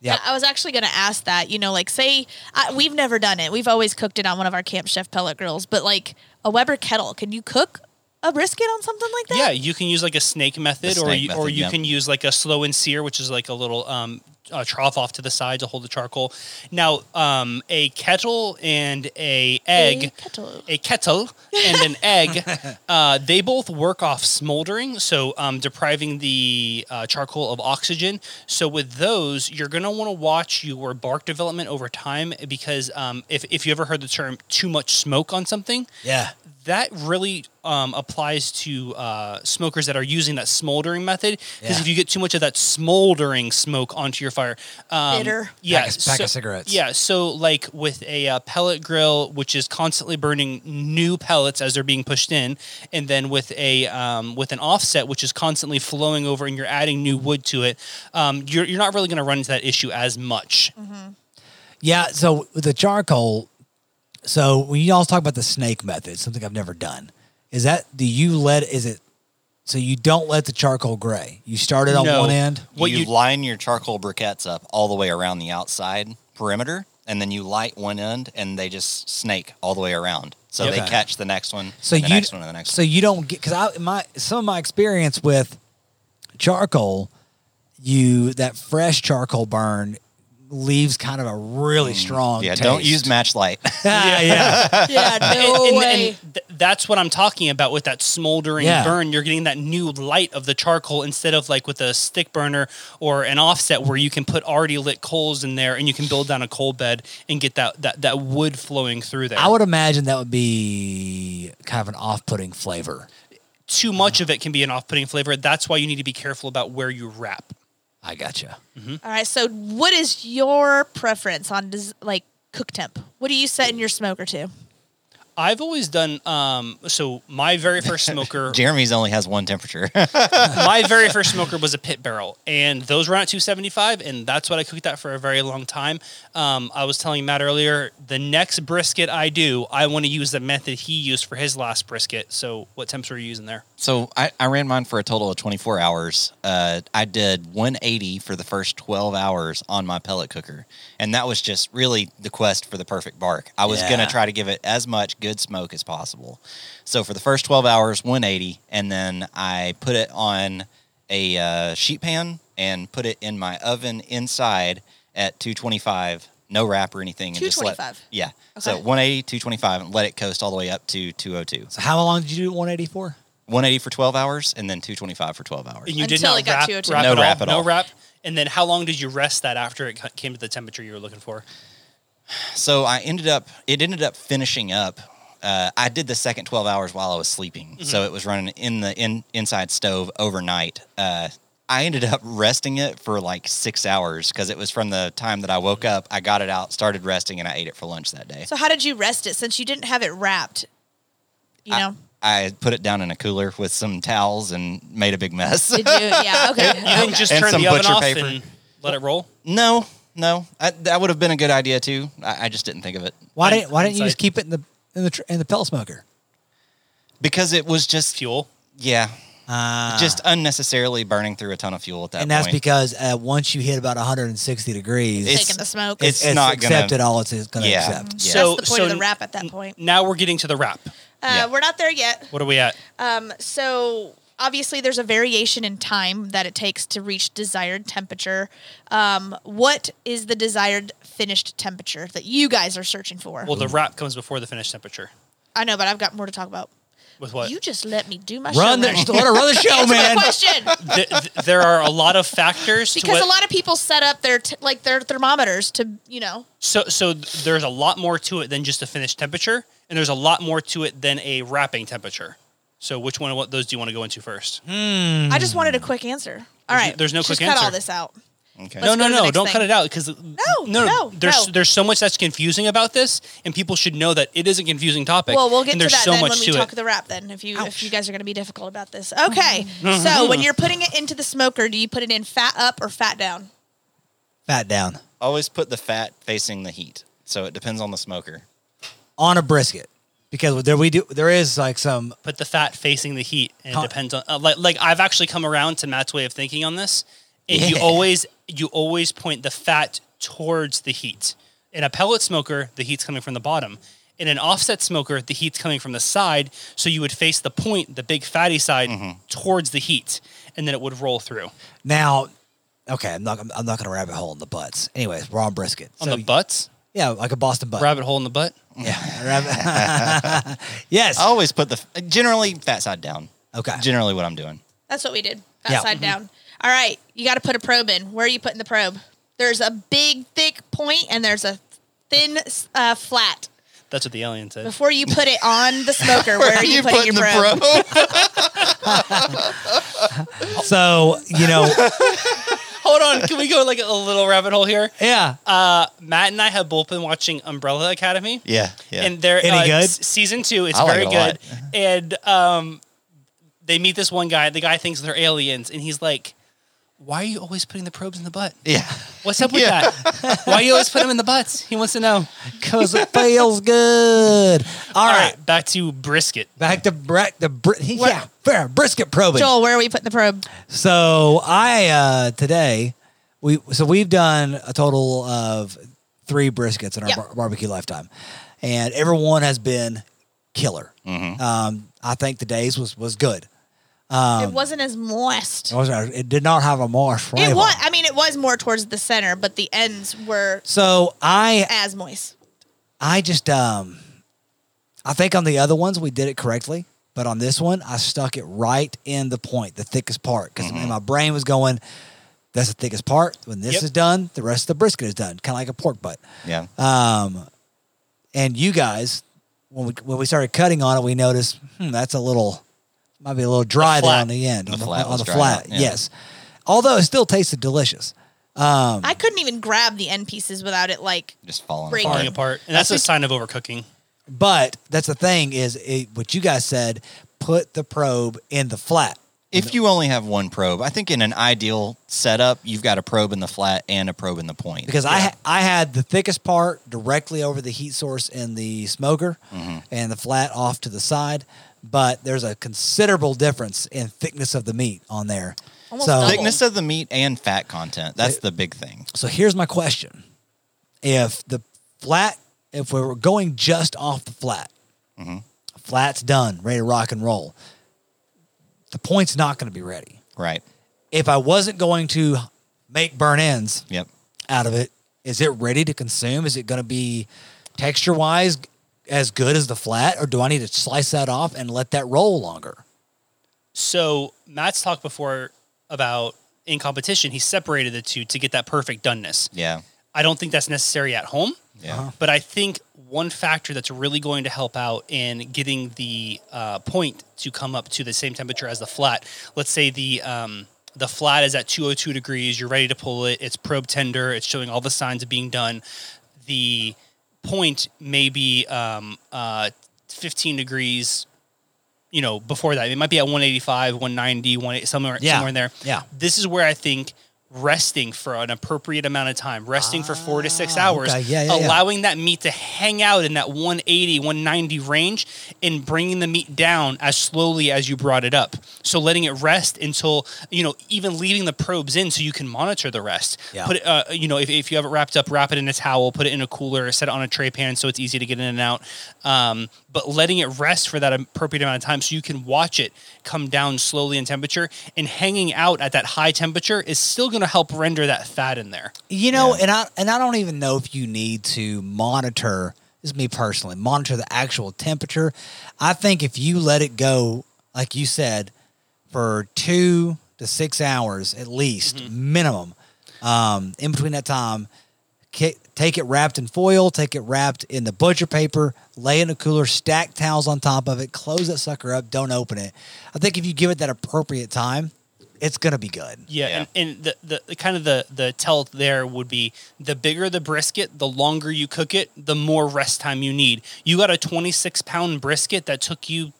B: Yep.
D: I was actually going to ask that. You know, like say I, we've never done it. We've always cooked it on one of our Camp Chef pellet grills, but like a Weber kettle, can you cook a brisket on something like that?
A: Yeah, you can use like a snake method, or
C: snake
A: you, or
C: method,
A: you
C: yeah.
A: can use like a slow and sear, which is like a little um, uh trough off to the side to hold the charcoal. Now, um, a kettle and a egg,
D: kettle.
A: a kettle and an egg, uh, they both work off smoldering, so um, depriving the uh, charcoal of oxygen. So with those, you're gonna want to watch your bark development over time because um, if if you ever heard the term too much smoke on something,
B: Yeah.
A: that really um, applies to uh, smokers that are using that smoldering method because
B: Yeah.
A: if you get too much of that smoldering smoke onto your fire, um,
D: Bitter.
A: yeah,
B: Pack of- pack of cigarettes.
A: yeah. So like with a uh, pellet grill, which is constantly burning new pellets as they're being pushed in, and then with a um, with an offset, which is constantly flowing over, and you're adding new wood to it, um, you're you're not really going to run into that issue as much.
B: Yeah. So with the charcoal. So when you all talk about the snake method, something I've never done, is that do you let is it so you don't let the charcoal gray? You start it on
A: No.
B: one end.
A: What
C: you,
A: you-
C: line your charcoal briquettes up all the way around the outside perimeter, and then you light one end, and they just snake all the way around. So they
B: Okay.
C: catch the next one,
B: So
C: the
B: you
C: next one, and the next
B: so you don't get because I my some of my experience with charcoal, you that fresh charcoal burn leaves kind of a really strong.
C: one. Mm. Yeah, don't
B: taste.
C: use match light.
B: Ah, yeah.
D: yeah, no
A: and,
D: way.
A: and th- that's what I'm talking about with that smoldering
B: Yeah.
A: burn. You're getting that new light of the charcoal instead of like with a stick burner or an offset where you can put already lit coals in there and you can build down a coal bed and get that that, that wood flowing through there.
B: I would imagine that would be kind of an off-putting flavor.
A: Too much of it can be an off-putting flavor. That's why you need to be careful about where you wrap.
B: I gotcha.
D: All right. So, what is your preference on des- like cook temp? What do you set in your smoker to?
A: I've always done um, so. My very first smoker
C: Jeremy's only has one temperature.
A: my very first smoker was a pit barrel, and those were at 275, and that's what I cooked that for a very long time. Um, I was telling Matt earlier, the next brisket I do, I want to use the method he used for his last brisket. So, what temps were you using there?
C: So I, I ran mine for a total of 24 hours. Uh, I did 180 for the first 12 hours on my pellet cooker. And that was just really the quest for the perfect bark. I was going
B: Yeah.
C: to try to give it as much good smoke as possible. So for the first 12 hours, 180. And then I put it on a uh, sheet pan and put it in my oven inside at 225. No wrap or anything. and just let-
D: 225.
C: yeah. So 180, 225, and let it coast all the way up to 202.
B: So how long did you do at 184?
C: 180 for 12 hours and then 225 for 12 hours.
A: And you
D: Until it
A: did
D: got
A: not wrap,
D: 202.
A: wrap
C: No
A: at
C: wrap
A: all,
C: at all.
A: No wrap. And then, how long did you rest that after it c- came to the temperature you were looking for?
C: so I ended up, it ended up finishing up uh, I did the second 12 hours while I was sleeping.
D: Mm-hmm.
C: So it was running in the in, inside stove overnight. Uh, I ended up resting it for like six hours because it was from the time that I woke up. I got it out, started resting, and I ate it for lunch that day.
D: So how did you rest it since you didn't have it wrapped? You know,
C: I put it down in a cooler with some towels and made a big mess.
D: did you? Yeah, okay.
A: You didn't
D: okay.
A: just
C: And
A: turn
C: some
A: the oven
C: butcher
A: off
C: paper.
A: and let it roll.
C: no, no, I, that would have been a good idea too. I, I just didn't think of it
B: Why
A: Hind-
B: didn't Why didn't you
A: hindsight.
B: just keep it in the in the tr- in the pellet smoker?
C: because it was just
A: Fuel.
C: Yeah,
B: Uh,
C: just unnecessarily burning through a ton of fuel at that
B: and that's
C: point.
B: because uh, once you hit about 160 degrees,
C: It's-
D: taking the smoke.
C: it's-
B: it's
C: not gonna-
B: accepted all it's going to
C: Yeah.
B: accept.
C: Yeah.
A: So,
D: That's the point
A: so
D: of the wrap at that point.
A: Now we're getting to the wrap.
D: uh,
C: yeah.
D: We're not there yet.
A: What are we at?
D: Um, so obviously, there's a variation in time that it takes to reach desired temperature. Um, what is the desired finished temperature that you guys are searching for?
A: Well, the wrap comes before the finished temperature.
D: I know, but I've got more to talk about.
A: With what?
D: You just let me do my
B: Run
D: show.
B: the let her run the show, man.
D: question.
A: Th- th- there are a lot of factors. to
D: Because
A: what,
D: a lot of people set up their t- like their thermometers to you know
A: So, so th- there's a lot more to it than just a finished temperature, and there's a lot more to it than a wrapping temperature. So, which one of what- those do you want to go into first?
D: I
B: Mm.
D: just wanted a quick answer. All
A: There's-
D: right,
A: there's no quick
D: just cut all
A: answer.
D: this out.
C: Okay.
D: Let's
A: no,
D: go to
A: no,
D: the
A: no!
D: next
A: Don't
D: thing.
A: cut it out because no,
D: no,
A: There's
D: no.
A: there's so much that's confusing about this, and people should know that it is a confusing topic.
D: Well, we'll get
A: and
D: to
A: there's
D: that
A: so
D: then
A: much
D: when we
A: to
D: talk
A: it.
D: the wrap. Then, if you if you guys are going to be difficult about this, okay.
B: Mm-hmm.
D: so when you're putting it into the smoker, do you put it in fat up or fat down?
B: Fat down
C: Always put the fat facing the heat, so it depends on the smoker.
B: on a brisket because there we do there is like some
A: Put the fat facing the heat, and
B: Con-
A: it depends on uh, like like I've actually come around to Matt's way of thinking on this, and you
B: Yeah.
A: always you always point the fat towards the heat. In a pellet smoker, the heat's coming from the bottom. In an offset smoker, the heat's coming from the side, so you would face the point, the big fatty side, towards the heat, and then it would roll through
B: now. Okay, I'm not I'm not going to rabbit hole in the butts. Anyways, we're on brisket.
A: on
B: So-
A: the butts.
B: Yeah, like a Boston butt.
A: Rabbit hole in the butt.
B: Yeah. rabbit- yes.
D: Oh.
C: I always put the generally fat side down.
B: Okay.
C: Generally, what I'm doing.
D: That's what we did. Fat
B: Yeah. Mm-hmm.
D: side down. All right, you got to put a probe in. Where are you putting the probe? There's a big thick point and there's a thin uh, flat.
A: That's what the alien said.
D: Before you put it on the smoker, where are you, putting, your probe?
B: So you know,
A: Hold on, can we go like a little rabbit hole here?
B: yeah.
A: Uh, Matt and I have both been watching Umbrella Academy.
C: yeah, yeah.
A: And they're
B: Any
A: uh,
B: good?
A: s- season two. It's
C: I like
A: very
C: it a
A: good.
C: lot.
A: And um, they meet this one guy. The guy thinks they're aliens, and he's like, "Why are you always putting the probes in the butt?
C: yeah,
A: What's up with that? Why you always put them in the butts?" He wants to know.
B: Cause it feels good. All
A: All
B: right.
A: right, back to brisket.
B: Back to back the br- yeah fair brisket probing.
D: Joel, where are we putting the probe?
B: So I uh today we so we've done a total of three briskets in our
D: Yeah.
B: bar- barbecue lifetime, and everyone has been killer.
D: Mm-hmm.
B: Um, I think today's was was good.
D: it wasn't as moist.
B: It, was, it did not have a marsh flavor.
D: It was. I mean, it was more towards the center, but the ends were
B: So I
D: as moist.
B: I just um I think on the other ones we did it correctly, but on this one I stuck it right in the point, the thickest part, because
C: Mm-hmm.
B: my brain was going, "That's the thickest part." When this
A: Yep.
B: is done, the rest of the brisket is done, kind of like a pork butt.
C: yeah.
B: Um, and you guys, when we when we started cutting on it, we noticed hmm, that's a little might be a little dry there
A: flat.
B: on the end
C: The
B: on the,
C: flat
B: on
C: was
B: the
C: dried
B: flat.
C: out, yeah.
B: Yes, although it still tasted delicious.
D: I couldn't even grab the end pieces without it. Like
C: Just falling
D: Break
C: apart.
A: Falling apart, and that's a
D: That's-
A: sign of overcooking.
B: But that's the thing is it, what you guys said. Put the probe in the flat.
C: If you only have one probe, I think in an ideal setup, you've got a probe in the flat and a probe in the point.
B: because I ha- I had the thickest part directly over the heat source in the smoker, and the flat off to the side. But there's a considerable difference in thickness of the meat on there.
D: Almost
B: so,
D: double.
C: thickness of the meat and fat content. That's the big thing.
B: so here's my question: If the flat, if we were going just off the flat, flat's done, ready to rock and roll. The point's not going to be ready.
C: Right.
B: If I wasn't going to make burn ends,
C: Yep.
B: out of it? Is it ready to consume? Is it going to be texture wise as good as the flat, or do I need to slice that off and let that roll longer?
A: So Matt's talked before about in competition, he separated the two to get that perfect doneness.
C: Yeah.
A: I don't think that's necessary at home.
C: Yeah.
B: Uh-huh.
A: But I think one factor that's really going to help out in getting the uh, point to come up to the same temperature as the flat. Let's say the um, the flat is at 202 degrees. You're ready to pull it. It's probe tender. It's showing all the signs of being done. The point may be um, uh, 15 degrees. You know, before that, it might be at 185, 190, 180, somewhere,
B: Yeah.
A: somewhere in there
B: Yeah.
A: this is where I think resting for an appropriate amount of time, resting for four to six hours,
B: Ah, okay. Yeah, yeah, yeah.
A: allowing that meat to hang out in that 180, 190 range and bringing the meat down as slowly as you brought it up. So letting it rest until, you know, even leaving the probes in so you can monitor the rest.
B: Yeah.
A: Put it, uh, you know, if, if you have it wrapped up, wrap it in a towel, put it in a cooler, set it on a tray pan so it's easy to get in and out. Um, but letting it rest for that appropriate amount of time so you can watch it come down slowly in temperature and hanging out at that high temperature is still going to help render that fat in there.
B: You know, and I and I don't even know if you need to monitor. This is me personally monitor the actual temperature. I think if you let it go, like you said, for two to six hours at least, minimum. Um, in between that time, ki- take it wrapped in foil, take it wrapped in the butcher paper, lay in a cooler, stack towels on top of it, close that sucker up, don't open it. I think if you give it that appropriate time, it's gonna be good.
A: Yeah,
C: Yeah.
A: and, and the, the, the kind of the the tell there would be the bigger the brisket, the longer you cook it, the more rest time you need. You got a 26 pound brisket that took you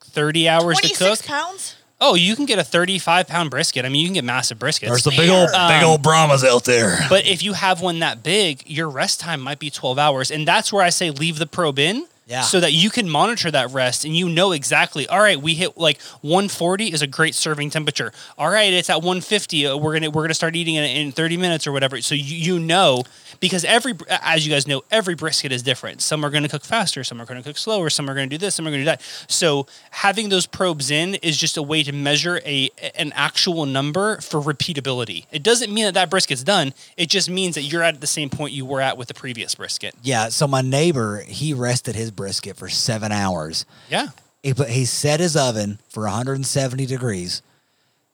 A: 30 hours to cook.
D: 26 pounds?
A: Oh, you can get a 35 pound brisket. I mean, you can get massive briskets.
B: There's the big old
A: Um,
B: big old Brahmas out there.
A: But if you have one that big, your rest time might be 12 hours. And that's where I say leave the probe in.
B: Yeah.
A: So that you can monitor that rest and you know exactly, all right, we hit like 140 is a great serving temperature. All right, it's at 150. uh, We're gonna we're gonna start eating it in 30 minutes or whatever. So you, you know because every as you guys know, every brisket is different. Some are gonna cook faster, some are gonna cook slower, some are gonna do this, some are gonna do that. So having those probes in is just a way to measure a an actual number for repeatability. It doesn't mean that that brisket's done. It just means that you're at the same point you were at with the previous brisket.
B: Yeah. So my neighbor, he rested his brisket for seven hours.
A: Yeah.
B: He put he set his oven for 170 degrees,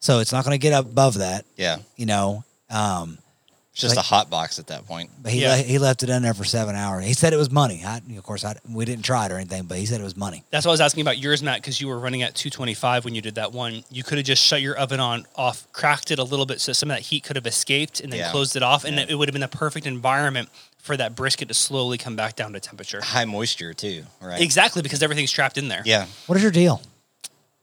B: so it's not going to get up above that.
C: Yeah.
B: You know, um,
C: It's just
B: Like-
C: a hot box at that point.
B: but he
A: Yeah.
B: le- he left it in there for seven hours. He said it was money. I, of course, I, we didn't try it or anything, but he said it was money.
A: That's why I was asking about yours, Matt, because you were running at 225 when you did that one. You could have just shut your oven on off, cracked it a little bit so some of that heat could have escaped, and then
C: Yeah.
A: closed it off, and
C: Yeah.
A: it would have been the perfect environment for that brisket to slowly come back down to temperature.
C: High moisture too, right?
A: Exactly, because everything's trapped in there.
C: Yeah.
B: What is your deal?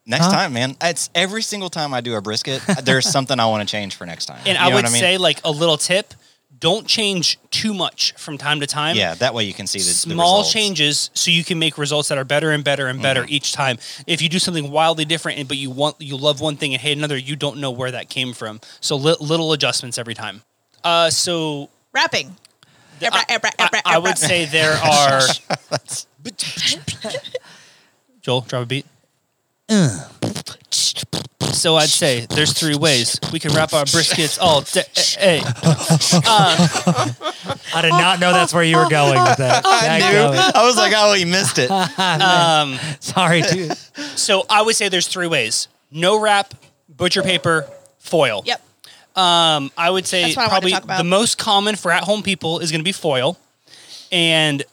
C: Next
B: Huh?
C: time, man. It's every single time I do a brisket, there's something I want to change for next time.
A: And
C: You know
A: I
C: what
A: would
C: mean?
A: say, like a little tip: don't change too much from time to time.
C: yeah, that way you can see the the
A: small
C: results. Mm-hmm.
A: changes so you can make results that are better and better and better each time. If you do something wildly different, and but you want you love one thing and hate another, you don't know where that came from. So li- little adjustments every time. Uh, so
D: Wrapping.
A: th-
D: Ebra,
A: I,
D: ebra,
A: I-
D: ebra,
A: I
D: ebra.
A: would say there are. Joel, drop a beat. So I'd say there's three ways we can wrap our briskets all day. Uh,
B: I did not know that's where you were going with that.
C: I was like, oh, he missed it.
A: Um,
B: Sorry, dude.
A: So I would say there's three ways: no wrap, butcher paper, foil.
D: Yep.
A: Um, I would say
D: That's what I wanted to
A: probably
D: talk about.
A: the most common for at-home people is going to be foil, and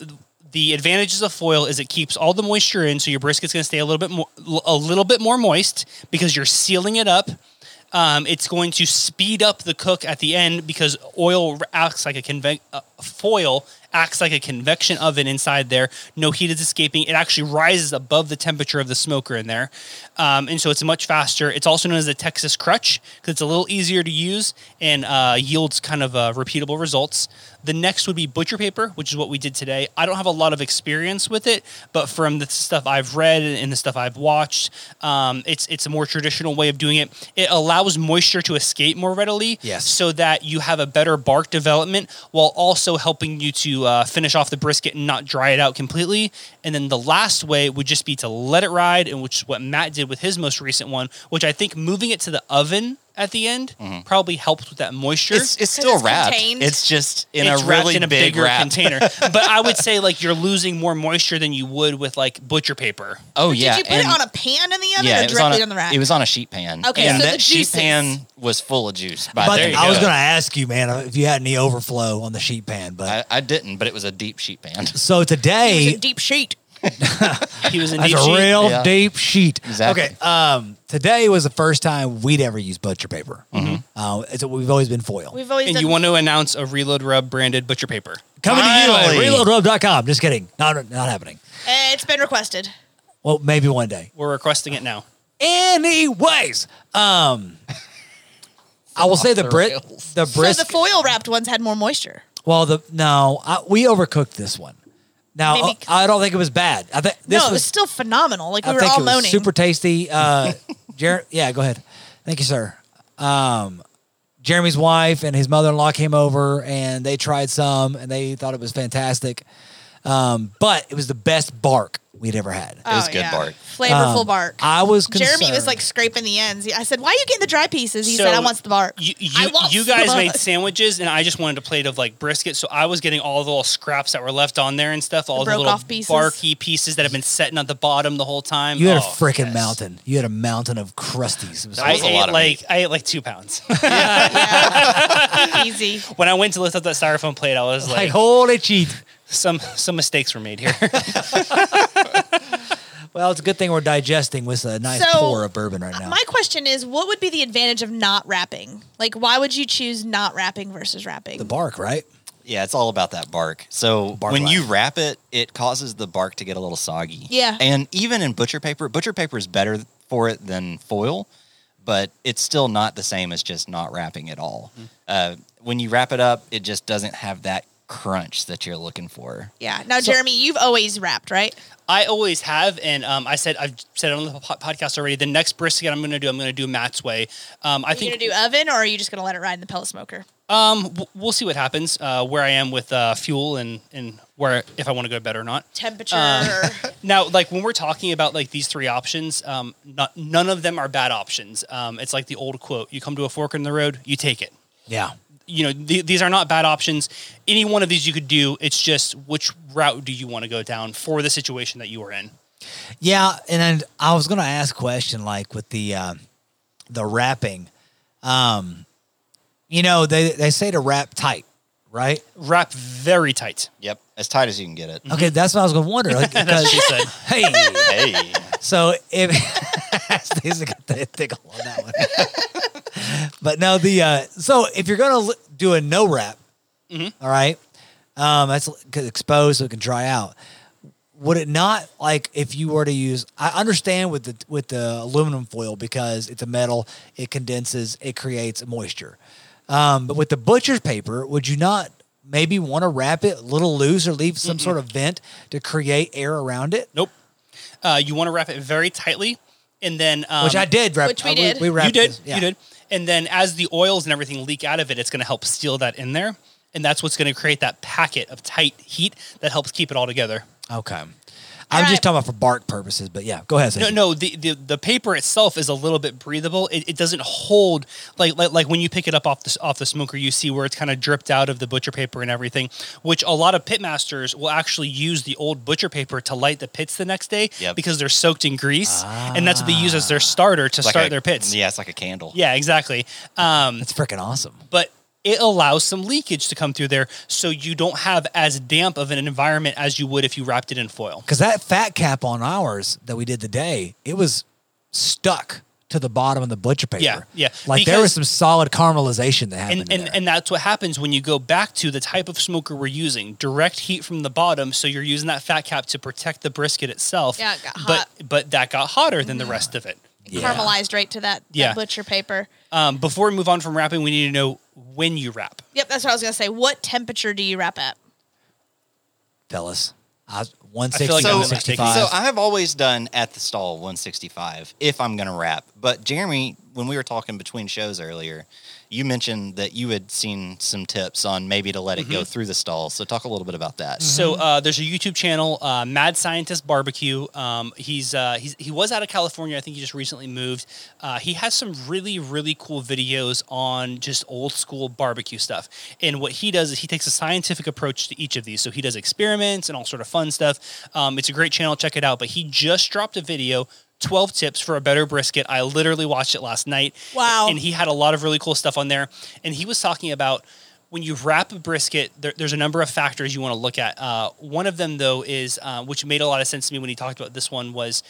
A: the advantages of foil is it keeps all the moisture in, so your brisket's going to stay a little bit more, a little bit more moist because you're sealing it up. Um, it's going to speed up the cook at the end because oil acts like a conve- uh, foil acts like a convection oven inside there. No heat is escaping. It actually rises above the temperature of the smoker in there, um, and so it's much faster. It's also known as the Texas crutch because it's a little easier to use and uh, yields kind of uh, repeatable results. The next would be butcher paper, which is what we did today. I don't have a lot of experience with it, but from the stuff I've read and the stuff I've watched, um, it's it's a more traditional way of doing it. It allows moisture to escape more readily,
B: Yes.
A: so that you have a better bark development while also helping you to uh, finish off the brisket and not dry it out completely. And then the last way would just be to let it ride, and which is what Matt did with his most recent one, which I think moving it to the oven at the end probably helps with that moisture.
C: Mm-hmm. It's, it's still
D: it's
C: wrapped.
D: contained.
C: It's just in
A: It's
C: a
A: wrapped
C: really
A: in a
C: big
A: bigger
C: wrap.
A: container. but I would say like you're losing more moisture than you would with like butcher paper.
C: Oh
D: Did
C: yeah,
D: you put it
C: and-
D: on a pan in the oven
C: yeah,
D: or
C: it was on
D: directly
C: a,
D: on, the rack?
C: It was on a sheet pan.
D: Okay,
C: and
D: so
C: that
D: the
C: sheet
D: juices-
C: pan was full of juice. By
B: But
C: there you
B: I was
C: go.
B: going to ask you, man, if you had any overflow on the sheet pan. But
C: I, I didn't, but it was a deep sheet pan.
B: so
D: It was
B: today,
D: a deep sheet.
A: He was in
B: that's
A: deep
B: a
A: sheet.
B: real
C: Yeah.
B: deep sheet.
C: Exactly.
B: Okay. Um, today was the first time we'd ever used butcher paper. Uh, it's, we've always been foil.
D: We've always
A: and
D: done
A: you want to announce a reload rub branded butcher paper.
B: Coming to
C: Finally.
B: you at reloadrub.com. Just kidding. Not, not happening.
D: Eh, it's been requested.
B: Well, maybe one day.
A: We're requesting it now.
B: Anyways, um, I will say the Brit,
C: rails.
B: the brisk.
D: So the foil wrapped ones had more moisture.
B: well, the no, I, we overcooked this one. Now uh,
D: Maybe-
B: I don't think it was bad. I think this
D: no,
B: was,
D: it was still phenomenal. Like we
B: I
D: were
B: think
D: all
B: it was
D: moaning.
B: super tasty. Uh, Jer- yeah, go ahead. Thank you, sir. Um, Jeremy's wife and his mother-in-law came over and they tried some and they thought it was fantastic. Um, but it was the best bark we'd ever had.
D: Oh,
C: was good bark.
D: Flavorful bark.
B: Um, I was concerned.
D: Jeremy was like scraping the ends. I said, "Why are you getting the dry pieces?" He
A: So,
D: said, "I want the bark."
A: You,
D: I
A: you,
D: want
A: you guys
D: the
A: made
D: bark.
A: sandwiches, and I just wanted a plate of like brisket. So I was getting all the little scraps that were left on there and stuff, all the,
D: broke
A: little
D: off pieces.
A: barky pieces that have been sitting at the bottom the whole time.
B: You had a
A: Oh,
B: freaking
A: yes.
B: mountain. You had a mountain of crusties. It was
A: I
C: was a
A: ate
C: lot of
A: like
C: meat.
A: I ate like two pounds.
D: Yeah. Easy.
A: when I went to lift up that styrofoam plate, I was
B: like
A: like,
B: holy cheat.
A: some some mistakes were made here.
B: Well, it's a good thing we're digesting with a nice
D: So,
B: pour of bourbon right now.
D: My question is, what would be the advantage of not wrapping? Like, why would you choose not wrapping versus wrapping?
B: the bark, right?
C: Yeah, it's all about that bark. So
B: Bark
C: when you
B: life.
C: wrap it, it causes the bark to get a little soggy.
D: Yeah.
C: And even in butcher paper, butcher paper is better for it than foil, but it's still not the same as just not wrapping at all. Uh, when you wrap it up, it just doesn't have that crunch that you're looking for.
D: yeah. Now, Jeremy, you've always wrapped, right?
A: I always have, and um, I said I've said it on the po- podcast already. The next brisket I'm going to do, I'm going to do Matt's way. Um, I
D: Are you
A: think
D: gonna do oven, or are you just gonna let it ride in the pellet smoker?
A: um, w- we'll see what happens uh, where I am with uh, fuel and and where if I want to go to bed or not.
D: Temperature.
A: Uh,
D: or-
A: Now, like when we're talking about like these three options, um, not, none of them are bad options. Um, it's like the old quote: "You come to a fork in the road, you take it."
B: Yeah.
A: you know th- these are not bad options any one of these you could do it's just which route do you want to go down for the situation that you are in
B: Yeah, and, then I was gonna ask a question like with the um the wrapping. Um, you know they they say to wrap tight, right?
A: wrap very tight
C: Yep. As tight as you can get it.
B: Okay, that's what I was gonna wonder. Like,
A: that's what
B: because,
A: she said
B: hey,
C: hey.
B: so if Stacey got the tickle on that one. but no, the uh, so if you're gonna l- do a no wrap, all right, um, that's l- 'cause exposed so it can dry out. Would it not like if you were to use? I understand with the with the aluminum foil because it's a metal, it condenses, it creates moisture. Um, but with the butcher's paper, would you not maybe want to wrap it a little loose or leave some sort of vent to create air around it?
A: nope uh, you want to wrap it very tightly and then um,
B: Which I did wrap.
D: Which we
B: uh,
D: did.
B: We, wrapped
A: you did
B: this- yeah.
A: you did and then as the oils and everything leak out of it it's going to help seal that in there and that's what's going to create that packet of tight heat that helps keep it all together
B: Okay. I'm
D: right.
B: just talking about for bark purposes, but yeah, go ahead.
A: No,
B: Stacey.
A: no. The, the the paper itself is a little bit breathable. It, it doesn't hold like, like like when you pick it up off the off the smoker, you see where it's kind of dripped out of the butcher paper and everything. Which a lot of pitmasters will actually use the old butcher paper to light the pits the next day
C: Yep. Ah.
A: because they're soaked in grease, and that's what they use as their starter to start
C: a-
A: their pits.
C: Yeah, it's like a candle.
A: Yeah, exactly. Um,
B: That's freaking awesome.
A: but it allows some leakage to come through there, so you don't have as damp of an environment as you would if you wrapped it in foil.
B: Because that fat cap on ours that we did today, it was stuck to the bottom of the butcher paper.
A: Yeah, yeah.
B: Like there was
A: Because-
B: some solid caramelization that happened.
A: and,
B: in
A: and,
B: there.
A: and that's what happens when you go back to the type of smoker we're using direct heat from the bottom so you're using that fat cap to protect the brisket itself
D: Yeah, it got hot. Mm-hmm.
A: but but that got hotter than the rest of it
B: Yeah.
D: Caramelized right to that, that
A: Yeah.
D: butcher paper.
A: um, before we move on from wrapping we need to know when you wrap
D: Yep, that's what I was gonna say. What temperature do you wrap at?
B: fellas, I was
A: feel
B: 160,
A: like I'm
B: 165.
A: mistaken.
C: So I have always done at the stall 165 if I'm going to wrap. But Jeremy when we were talking between shows earlier, you mentioned that you had seen some tips on maybe to let it
B: Mm-hmm.
C: go through the stall. So talk a little bit about that.
A: So uh, there's a YouTube channel, uh, Mad Scientist Barbecue. Um, he's, uh, he's he was out of California. I think he just recently moved. Uh, he has some really really cool videos on just old school barbecue stuff. And what he does is he takes a scientific approach to each of these. So he does experiments and all sort of fun stuff. Um, it's a great channel. Check it out. But he just dropped a video. 12 tips for a better brisket. I literally watched it last night.
D: Wow.
A: And he had a lot of really cool stuff on there. And he was talking about when you wrap a brisket, there, there's a number of factors you want to look at. Uh, one of them, though, is uh, which made a lot of sense to me when he talked about this one was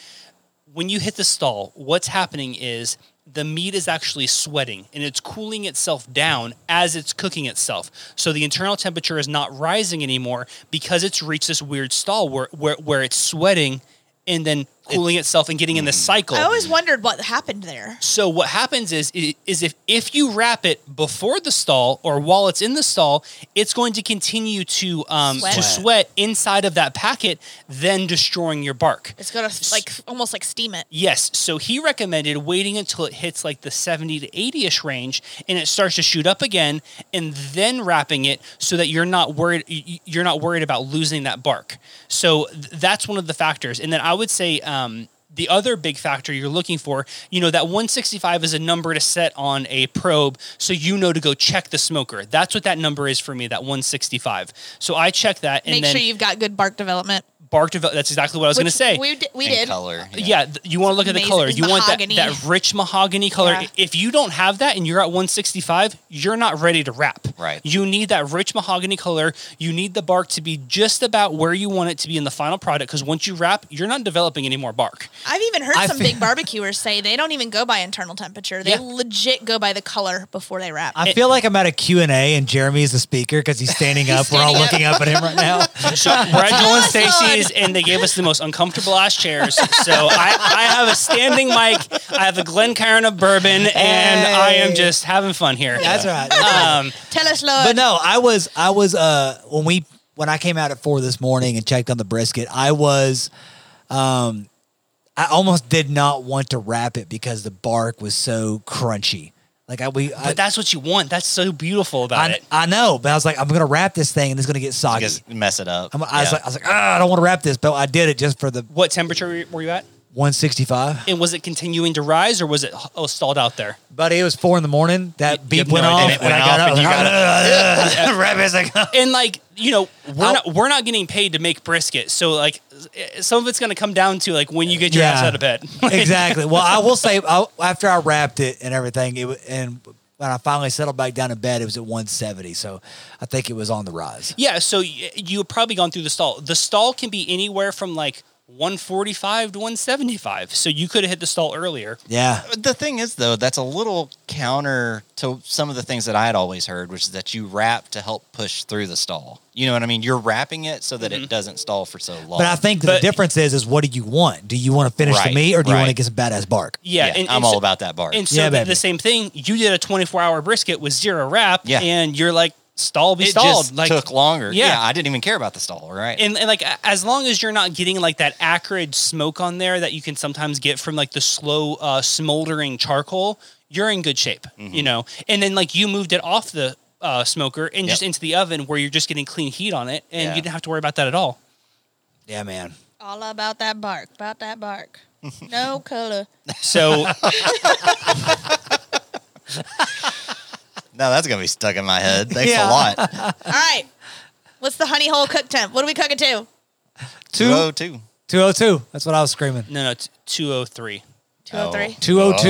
A: when you hit the stall, what's happening is the meat is actually sweating and it's cooling itself down as it's cooking itself. So the internal temperature is not rising anymore because it's reached this weird stall where where, where it's sweating and then cooling itself and getting in this cycle.
D: I always wondered what happened there.
A: So what happens is i- is if if you wrap it before the stall or while it's in the stall, it's going to continue to um,
D: Sweat.
A: to sweat inside of that packet, then destroying your bark.
D: It's gonna like almost like steam it.
A: Yes, so he recommended waiting until it hits like the 70 to 80 ish range and it starts to shoot up again and then wrapping it so that you're not worried y- y- you're not worried about losing that bark. So th- that's one of the factors. And then I would say um the other big factor you're looking for, you know, that 165 is a number to set on a probe so you know to go check the smoker. That's what that number is for me, that 165. So I check that and
D: Make
A: then
D: sure you've got good bark development.
A: bark develop. That's exactly what I was going to
D: Which
A: say.
D: We did. We
C: And
D: did.
B: Uh,
C: color.
A: Yeah, th- you want to look at the
D: amazing.
A: color.
D: It's
A: You want that,
D: mahogany.
A: that rich mahogany color.
D: Yeah.
A: If you don't have that and you're at 165, you're not ready to wrap.
C: Right.
A: You need that rich mahogany color. You need the bark to be just about where you want it to be in the final product because once you wrap, you're not developing any more bark.
D: I've even heard
B: I
D: some
B: feel-
D: big barbecuers say they don't even go by internal temperature. They
A: Yeah.
D: legit go by the color before they wrap.
B: I feel like I'm at a Q&A and Jeremy's the speaker because he's standing up. We're all
D: standing
B: looking
D: up.
B: up at him right now.
A: So we're at Joel and
D: Awesome.
A: Stacy's, and they gave us the most uncomfortable ass chairs. So I, I have a standing mic. I have a Glencairn of bourbon, and I am
B: Hey.
A: just having fun here.
B: That's right.
A: Um,
D: Tell us, Lord.
B: but no, I was I was uh when we when I came out at four this morning and checked on the brisket, I was um I almost did not want to wrap it because the bark was so crunchy. Like I we I,
A: but that's what you want. That's so beautiful about
B: I,
A: it.
B: I know, but I was like, I'm gonna wrap this thing and it's gonna get soggy.
C: Because mess it up.
B: I'm, I was
C: Yeah.
B: like, I was like, ah, I don't want to wrap this, but I did it just for the
A: What temperature were you at?
B: 165.
A: And was it continuing to rise or was it oh, stalled out there?
B: But it was four in the morning. That beep
A: no
B: went off,
A: idea.
B: and,
A: And it
B: I
C: went
B: got
C: off
B: up.
C: and you got
B: got wrap it. Like,
A: And like, you know, we're
B: I'll-
A: not we're not getting paid to make brisket. So like eh, some of it's going to come down to like when you get your
B: Yeah.
A: ass out of bed. Like,
B: exactly. Well, I will say I, after I wrapped it and everything, it wa- and when I finally settled back down in bed, it was at 170. So I think it was on the rise.
A: Yeah, so y- you've probably gone through the stall. The stall can be anywhere from like 145 to 175. So you could have hit the stall earlier.
B: Yeah,
C: the thing is though that's a little counter to some of the things that i had always heard which is that you wrap to help push through the stall you know what i mean you're wrapping it so that it doesn't stall for so long
B: Mm-hmm. but I think that
A: But-
B: the difference is is what do you want? Do you want to finish the
C: Right,
B: meat, or do you want to
C: right.
B: get some badass bark?
A: Yeah,
C: i'm
A: so-
C: all about that bar
A: And so
B: Yeah,
A: the-
B: baby.
A: the same thing, you did a 24-hour brisket with zero wrap
C: Yeah.
A: and you're like stall be
C: it
A: stalled
C: just
A: like
C: took longer
A: Yeah.
C: yeah. i didn't even care about the stall right
A: and, and like a- as long as you're not getting like that acrid smoke on there that you can sometimes get from like the slow uh, smoldering charcoal, you're in good shape,
C: Mm-hmm.
A: you know. And then like you moved it off the uh, smoker and
C: Yep.
A: just into the oven where you're just getting clean heat on it, and
C: Yeah.
A: you didn't have to worry about that at all.
B: Yeah, man.
D: All about that bark. About that bark. No color.
A: So
C: no that's gonna be stuck in my head thanks
B: Yeah.
C: a lot
D: All right. What's the honey hole cook temp? What are we cooking to?
B: oh,
C: 202
B: 202. That's what I was screaming.
A: no, oh no, it's 203
D: Two oh three.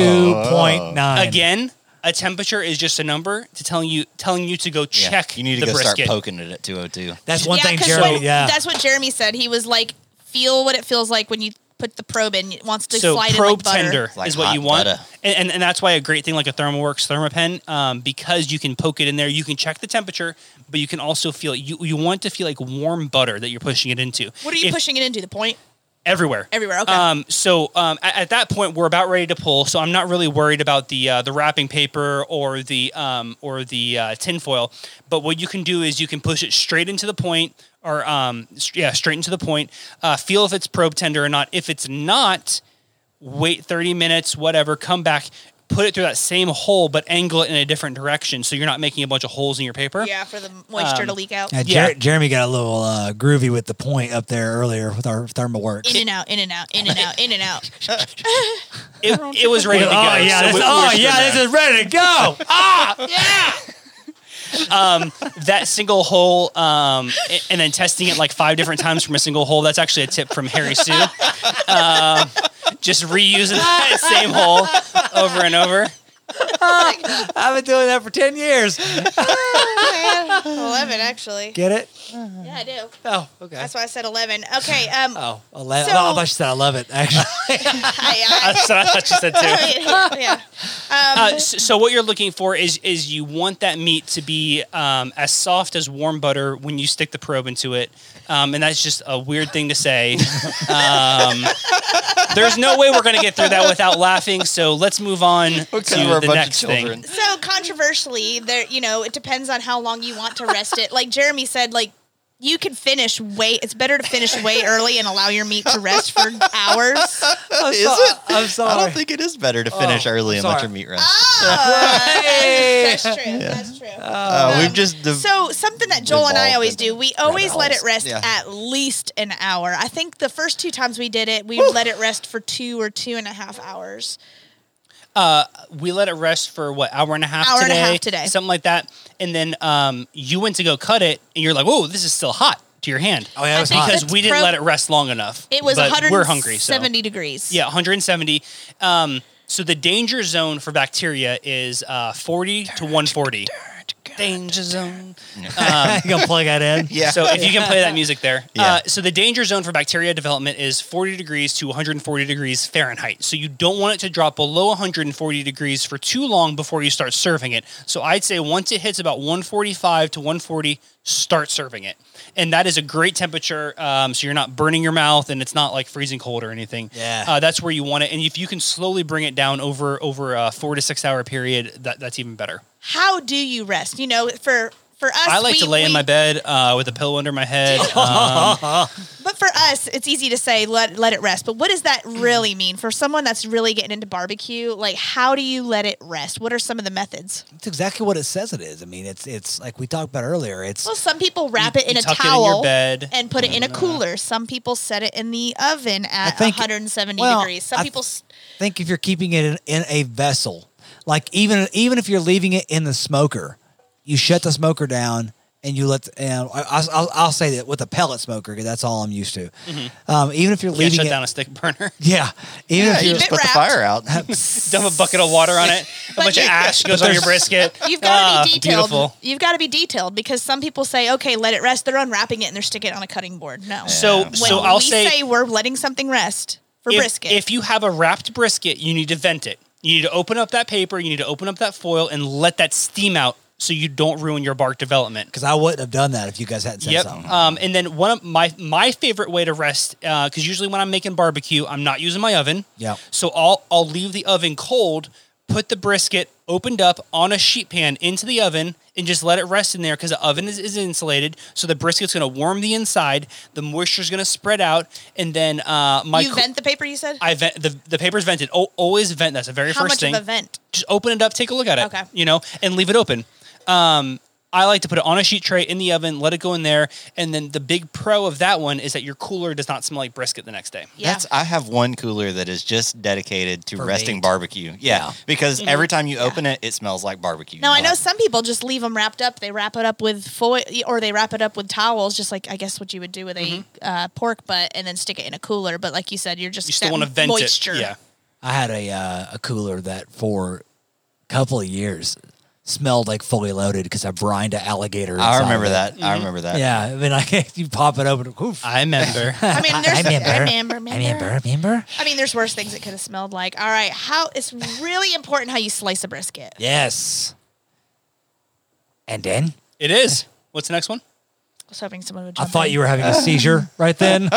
B: 202.9
A: Uh, again. A temperature is just a number to telling you telling you to go
C: Yeah.
A: check.
C: you need to
A: the
C: go
A: brisket.
C: start poking it at 202
B: That's one thing,
D: 'cause
B: Jeremy.
D: what-
B: yeah,
D: That's what Jeremy said. He was like, feel what it feels like when you put the probe in. It wants to
A: so
D: slide in
A: probe
D: like butter.
A: tender
C: Like
A: is what
C: hot
A: you want,
C: butter.
A: and, and and that's why a great thing like a ThermalWorks ThermaPen, um, because you can poke it in there, you can check the temperature, but you can also feel it. you you want to feel like warm butter that you're pushing it into.
D: What are you
A: If-
D: pushing it into? The point?
A: Everywhere.
D: Everywhere, okay.
A: Um, so um, at, at that point, we're about ready to pull. So I'm not really worried about the uh, the wrapping paper or the um, or the uh, tinfoil. But what you can do is you can push it straight into the point, or um, s- yeah, straight into the point. Uh, feel if it's probe tender or not. If it's not, wait 30 minutes, whatever. Come back. put it through that same hole, but angle it in a different direction, so you're not making a bunch of holes in your paper.
D: Yeah, for the moisture to leak out.
B: Uh,
A: Yeah.
B: Jer- Jeremy got a little uh, groovy with the point up there earlier with our thermal works.
D: In and out, in and out, in and out, in and out.
A: It, it was
B: oh
A: ready to go.
B: yeah,
A: so
B: this,
A: we- we were
B: oh
A: screwed
B: yeah,
A: there.
B: this is ready to go. ah,
A: um, that single hole, um, a- and then testing it like five different times from a single hole. That's actually a tip from Harry Sue. Um, just reusing that same hole over and over.
B: I've been doing that for ten years.
D: Man, 11, actually.
B: Get it?
D: Yeah, I do.
B: Oh, okay.
D: That's why I said 11. Okay. Um,
B: Oh, 11.
D: So-
B: oh, I thought you said I love it. Actually,
D: I,
A: That's what I thought you said too.
D: I, yeah. Um,
A: Uh, s- so, what you're looking for is is you want that meat to be um, as soft as warm butter when you stick the probe into it, um, and that's just a weird thing to say. Um, there's no way we're going to get through that without laughing. So let's move on
C: Because
A: to
C: we're a
A: the
C: bunch
A: next
C: of
A: thing.
C: children.
D: So controversially, there, you know, it depends on how long you want to rest it. Like Jeremy said, like you can finish way. It's better to finish way early and allow your meat to rest for hours.
B: I'm
C: Is
B: so-
C: it?
B: I'm sorry.
C: I don't think it is better to finish
B: Oh,
C: early and let
B: sorry.
C: your meat rest.
D: Oh, that's true. That's true.
C: Uh,
D: um,
C: we've just de-
D: so something that Joel and I
C: Devolved
D: always
C: it.
D: do, we always let it
C: owls.
D: rest
C: Yeah.
D: at least an hour. I think the first two times we did it, we let it rest for two or two and a half hours.
A: we let it rest for what hour and a half
D: Hour and
A: today,
D: a half today.
A: something like that and then um, you went to go cut it and you're like oh this is still hot to your hand
B: Oh yeah, it was
D: I think
B: hot.
A: because
D: That's
A: we didn't
D: prob-
A: let it rest long enough
D: It was
A: But
D: 170
A: we're hungry so
D: degrees.
A: yeah 170 um, so the danger zone for bacteria is uh, 40 to 140 danger zone Um,
B: you gonna plug that in?
C: yeah.
A: so if you can play that music there. Uh,
C: Yeah.
A: so the danger zone for bacteria development is 40 degrees to 140 degrees Fahrenheit. So you don't want it to drop below 140 degrees for too long before you start serving it. So I'd say once it hits about 145 to 140, start serving it. And that is a great temperature. Um, so you're not burning your mouth and it's not like freezing cold or anything.
B: Yeah.
A: Uh, that's where you want it. And if you can slowly bring it down over over a four to six hour period, that, that's even better.
D: How do you rest? You know, for for us,
A: I like
D: we-
A: to lay in
D: we-
A: my bed uh, with a pillow under my head. Um,
D: But for us, it's easy to say let let it rest. But what does that really mean for someone that's really getting into barbecue? Like, how do you let it rest? What are some of the methods?
B: That's exactly what it says it is. I mean, it's it's like we talked about earlier. It's
D: Well, some people wrap
A: You-
D: it in
A: you
D: a
A: tuck it in
D: towel
A: your bed.
D: and put it in a cooler. Some people set it in the oven at
B: think-
D: 170
B: well,
D: degrees. Some
B: I-
D: people s-
B: think if you're keeping it in, in a vessel, like even even if you're leaving it in the smoker, you shut the smoker down and you let. And I, I'll, I'll- I'll say that with a pellet smoker, 'cause that's all I'm used to. Um, even if you're
A: yeah,
B: leaving
A: shut
B: it,
A: down a stick burner.
B: yeah, even
C: yeah,
B: if
C: you
B: you're,
C: just
D: Bit
C: put the
D: wrapped.
C: fire out.
A: dump a bucket of water on it. A
D: But
A: bunch of
D: you-
A: ash goes on your brisket.
D: You've got
A: Ah,
D: to be detailed.
A: Beautiful.
D: You've got to be detailed because some people say, "Okay, let it rest." They're unwrapping it and they're sticking it on a cutting board. No,
A: So,
D: when
A: so I'll
D: we say,
A: say,
D: we're letting something rest for
A: if,
D: brisket.
A: if you have a wrapped brisket, you need to vent it. You need to open up that paper. You need to open up that foil and let that steam out so you don't ruin your bark development.
B: because I wouldn't have done that if you guys hadn't said something.
A: Um, and then one of my my favorite way to rest because usually when I'm making barbecue, I'm not using my oven.
B: Yeah.
A: So I'll I'll leave the oven cold, put the brisket opened up on a sheet pan into the oven, and just let it rest in there because the oven is, is insulated. So the brisket's going to warm the inside, the moisture's going to spread out, and then uh, my
D: you
A: coo-
D: vent the paper, you said.
A: I vent the the paper's vented. Oh, always vent. That's the very
D: How
A: first
D: much
A: thing
D: of a vent?
A: just open it up, take a look at it.
D: Okay.
A: You know, and leave it open. Um, I like to put it on a sheet tray in the oven, let it go in there, and then the big pro of that one is that your cooler does not smell like brisket the next day.
D: Yeah.
C: That's I have one cooler that is just dedicated to
B: For
C: resting
B: meat.
C: barbecue. Yeah, because every time you open it, it smells like barbecue. Uh,
D: now I know
C: Like,
D: some people just leave them wrapped up. They wrap it up with foil, or they wrap it up with towels, just like I guess what you would do with a
A: Mm-hmm.
D: uh, pork butt, and then stick it in a cooler. But like you said, you're just
A: You still
D: that
A: want to vent
D: moisture.
A: it. Yeah.
B: I had a uh, a cooler that for a couple of years smelled like fully loaded because I brined an alligator.
C: I
B: inside
C: remember
B: of it.
C: that. I remember that.
B: Yeah, I mean, like you pop it open. Oof.
A: I remember.
D: I mean, there's, I remember,
B: I remember. Remember.
D: I mean, there's worse things it could have smelled like. All right, how it's really important how you slice a brisket.
B: Yes. And then
A: it is. What's the next one?
D: I was hoping someone would.
B: I
D: Jump
B: thought
D: in.
B: you were having a seizure right then.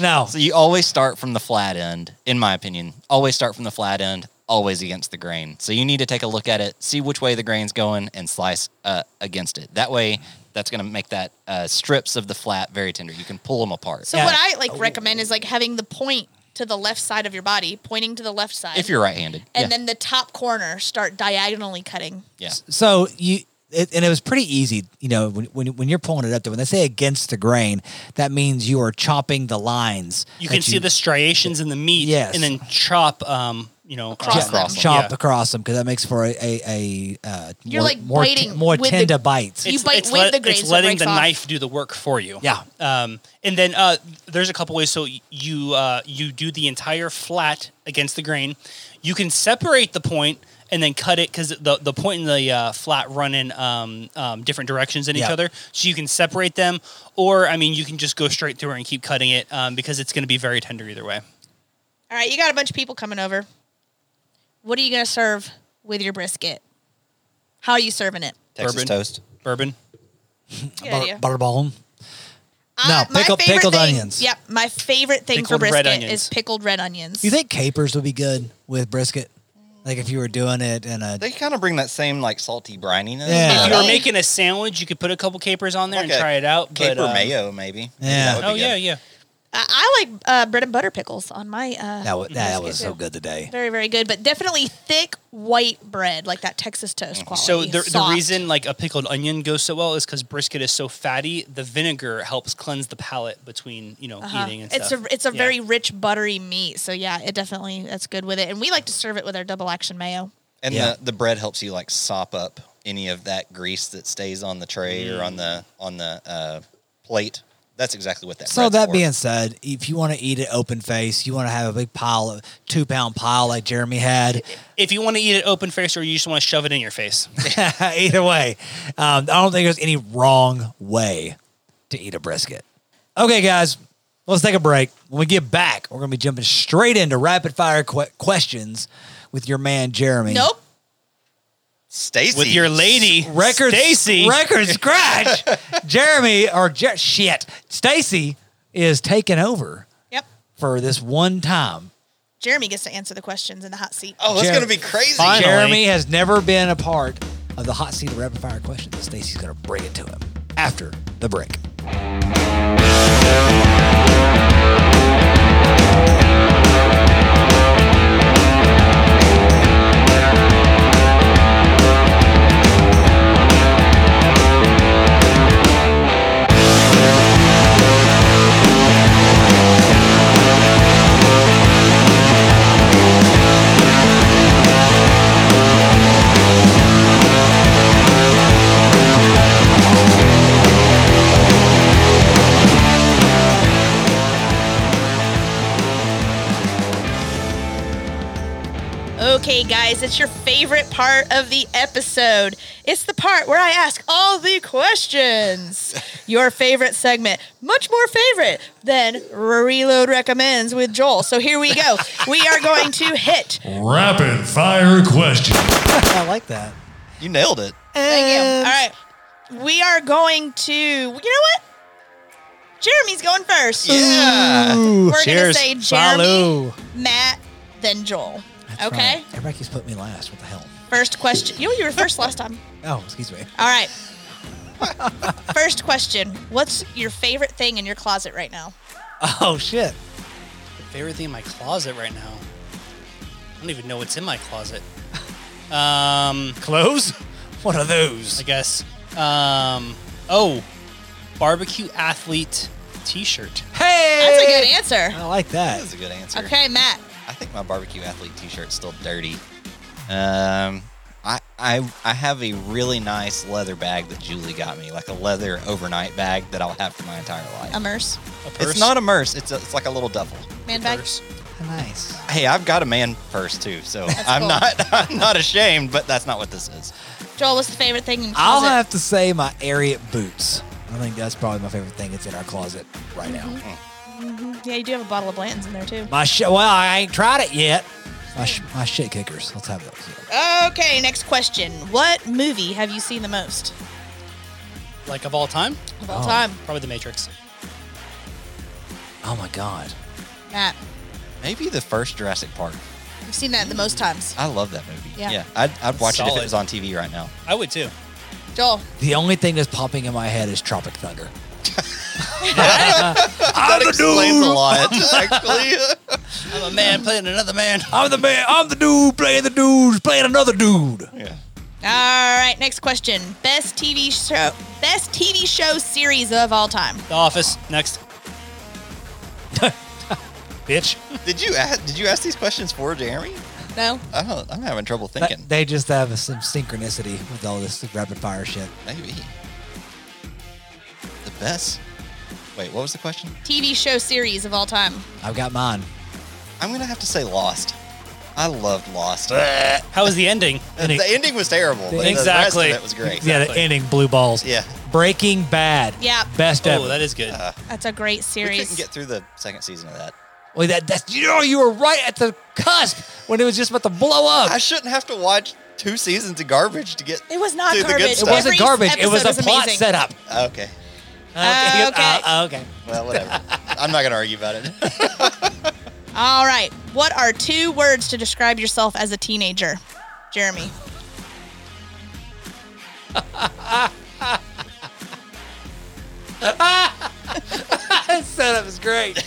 B: No.
C: So you always start from the flat end, in my opinion. Always start from the flat end, always against the grain. So you need to take a look at it, see which way the grain's going, and slice uh, against it. That way, that's going to make that uh, strips of the flat very tender. You can pull them apart.
D: So
B: Yeah. Oh.
D: what I like recommend is like having the point to the left side of your body, pointing to the left side.
C: if you're right-handed.
D: and
C: yeah.
D: then the top corner start diagonally cutting.
C: yeah.
B: So you it, and it was pretty easy, you know, when, when when you're pulling it up there. When they say against the grain, that means you are chopping the lines.
A: You
B: that
A: can see the striations in the meat,
B: Yes.
A: and then chop, um, you know,
B: chop-
D: Across
A: um,
D: them.
B: chop
A: yeah.
B: across them because that makes for a a, a uh,
D: You're
B: more,
D: like
B: more,
D: biting
B: t- more
D: with the-
B: tender bites.
D: You bite with the grain, so
A: It's
D: it
A: letting
D: breaks
A: the
D: off.
A: knife do the work for you.
B: Yeah.
A: Um, and then uh, there's a couple ways. So y- you uh, you do the entire flat against the grain. You can separate the point and then cut it because the, the point and the uh, flat run in um, um, different directions in each
B: Yeah.
A: other. So you can separate them, or I mean, you can just go straight through it and keep cutting it um, because it's going to be very tender either way.
D: All right, you got a bunch of people coming over. What are you going to serve with your brisket? How are you serving it?
C: Texas
A: Bourbon.
C: toast.
A: Bourbon.
D: Good
B: Bur-
D: idea.
B: butterball.
D: I-
B: No,
D: Uh, my
B: pickled-
D: favorite
B: pickled
D: thing-
B: onions.
D: Yep, my favorite thing for
A: Pickled red
D: brisket
A: onions.
D: is pickled red onions.
B: You think capers would be good with brisket? Like if you were doing it in a
C: They kind of bring that same like salty brininess.
B: Yeah.
A: If
C: but,
A: you
C: uh,
A: were making a sandwich, you could put a couple capers on there
C: Like
A: and
C: a
A: try it out.
C: caper
A: but, um,
C: mayo, maybe. Maybe
B: Yeah.
C: that would be
A: Oh yeah,
C: good.
A: yeah.
D: I, I like uh, bread and butter pickles on my. Uh,
B: that was, that
D: brisket
B: was so
D: too.
B: good today.
D: Very very good, but definitely thick white bread like that Texas toast quality.
A: So the, the
D: soft.
A: reason like a pickled onion goes so well is because brisket is so fatty. The vinegar helps cleanse the palate between you know
D: Uh-huh.
A: eating and
D: it's
A: stuff.
D: a it's a
A: Yeah.
D: very rich buttery meat. So yeah, it definitely that's good with it. And we like to serve it with our double action mayo.
C: And
B: Yeah.
C: the, the bread helps you like sop up any of that grease that stays on the tray or on the
A: Mm.
C: on the uh, plate. That's exactly what that.
B: So
C: bread's
B: that
C: for.
B: being said, if you want to eat it open face, you want to have a big pile of two pound pile like Jeremy had.
A: if you want to eat it open face or you just want to shove it in your face,
B: Either way, um, I don't think there's any wrong way to eat a brisket. Okay, guys, let's take a break. When we get back, we're gonna be jumping straight into rapid fire que- questions with your man Jeremy.
D: Nope.
C: Stacy
A: with your lady
B: Record
A: Stacy.
B: Record scratch. Jeremy or Jer- shit, Stacy is taking over
D: Yep.
B: for this one time.
D: Jeremy gets to answer the questions in the hot seat.
C: Oh, that's
B: Jer-
C: gonna be crazy.
A: Fine. Finally.
B: Jeremy has never been a part of the hot seat of rapid fire questions. Stacy's going to bring it to him after the break.
D: Okay, guys, it's your favorite part of the episode. It's the part where I ask all the questions. Your favorite segment, much more favorite than Reload Recommends with Joel. So here we go. We are going to hit.
F: Rapid fire question.
B: I like that.
C: You nailed it.
D: Thank you. All right. We are going to, you know what? Jeremy's going first.
C: Yeah.
D: We're going to say Jeremy,
B: Salud.
D: Matt, then Joel. okay?
B: Right. Everybody keeps putting me last. What the hell?
D: First question. You know, you were first last time.
B: Oh, excuse me.
D: All right. First question. What's your favorite thing in your closet right now?
B: Oh, shit.
A: favorite thing in my closet right now. I don't even know what's in my closet. Um,
B: Clothes? What are
A: I
B: those?
A: guess. Um, oh, barbecue athlete T-shirt.
B: Hey!
D: That's a good answer.
B: I like that.
C: That's a good answer.
D: Okay, Matt.
C: I think my barbecue athlete T-shirt's still dirty. Um, I I I have a really nice leather bag that Julie got me, like a leather overnight bag that I'll have for my entire life.
D: Immerse.
A: A purse.
C: it's not a merce. It's a, it's like a little duffel.
D: Man bag.
A: purse.
B: Nice.
C: Hey, I've got a man purse too, so I'm
D: cool.
C: not I'm not ashamed, but that's not what this is.
D: Joel, what's the favorite thing in your
B: I'll
D: closet?
B: have to say my Ariat boots. I think that's probably my favorite thing that's in our closet right
D: Mm-hmm.
B: now.
D: yeah, you do have a bottle of Blanton's in there too.
B: My shit. Well, I ain't tried it yet. My, sh- my shit kickers. Let's have those. Yeah.
D: Okay, next question. What movie have you seen the most
A: Like of all time,
D: of all
B: Oh.
D: time?
A: probably The Matrix.
B: Oh, my God.
D: Matt,
C: Maybe the first Jurassic Park.
D: you've seen that the most times.
C: I love that movie.
D: Yeah.
C: Yeah, I'd, I'd watch it if
A: Solid.
C: it was on TV right now.
A: I would too.
D: Joel,
B: The only thing that's popping in my head is Tropic Thunder.
C: That explains a lot, actually.
A: I'm a man playing another man.
B: I'm the man. I'm the dude playing the dudes playing another dude.
D: All right, next question. Best TV show, best TV show series of all time.
A: The Office next. Bitch.
C: Did you ask, did you ask these questions for Jeremy?
D: No,
C: I don't, I'm having trouble
B: But
C: thinking.
B: They just have some synchronicity with all this rapid fire shit.
C: Maybe the best. Wait, what was the question?
D: TV show series of all time.
B: I've got mine.
C: I'm gonna have to say Lost. I loved Lost.
A: How was the ending? Oh,
C: The ending was terrible. But
A: Exactly.
C: The rest of it was great.
B: Yeah, the ending blue balls.
C: Yeah.
B: Breaking Bad.
D: Yeah.
B: Best ever.
A: Oh, that is good.
D: That's a great
C: We
D: series.
C: couldn't get through the second season of that.
B: Wait, that that's you know you were right at the cusp when it was just about to blow up.
C: I shouldn't have to watch two seasons of garbage to get.
D: it was not
C: Dude, the good
D: garbage.
C: stuff.
B: it wasn't
D: Every
B: garbage. It was a
D: episode
B: plot
D: amazing.
B: setup.
C: Ah, Okay.
D: Uh, okay.
B: Uh, okay.
C: Well, whatever. I'm not gonna argue about it.
D: All right, what are two words to describe yourself as a teenager, Jeremy?
B: That setup is great.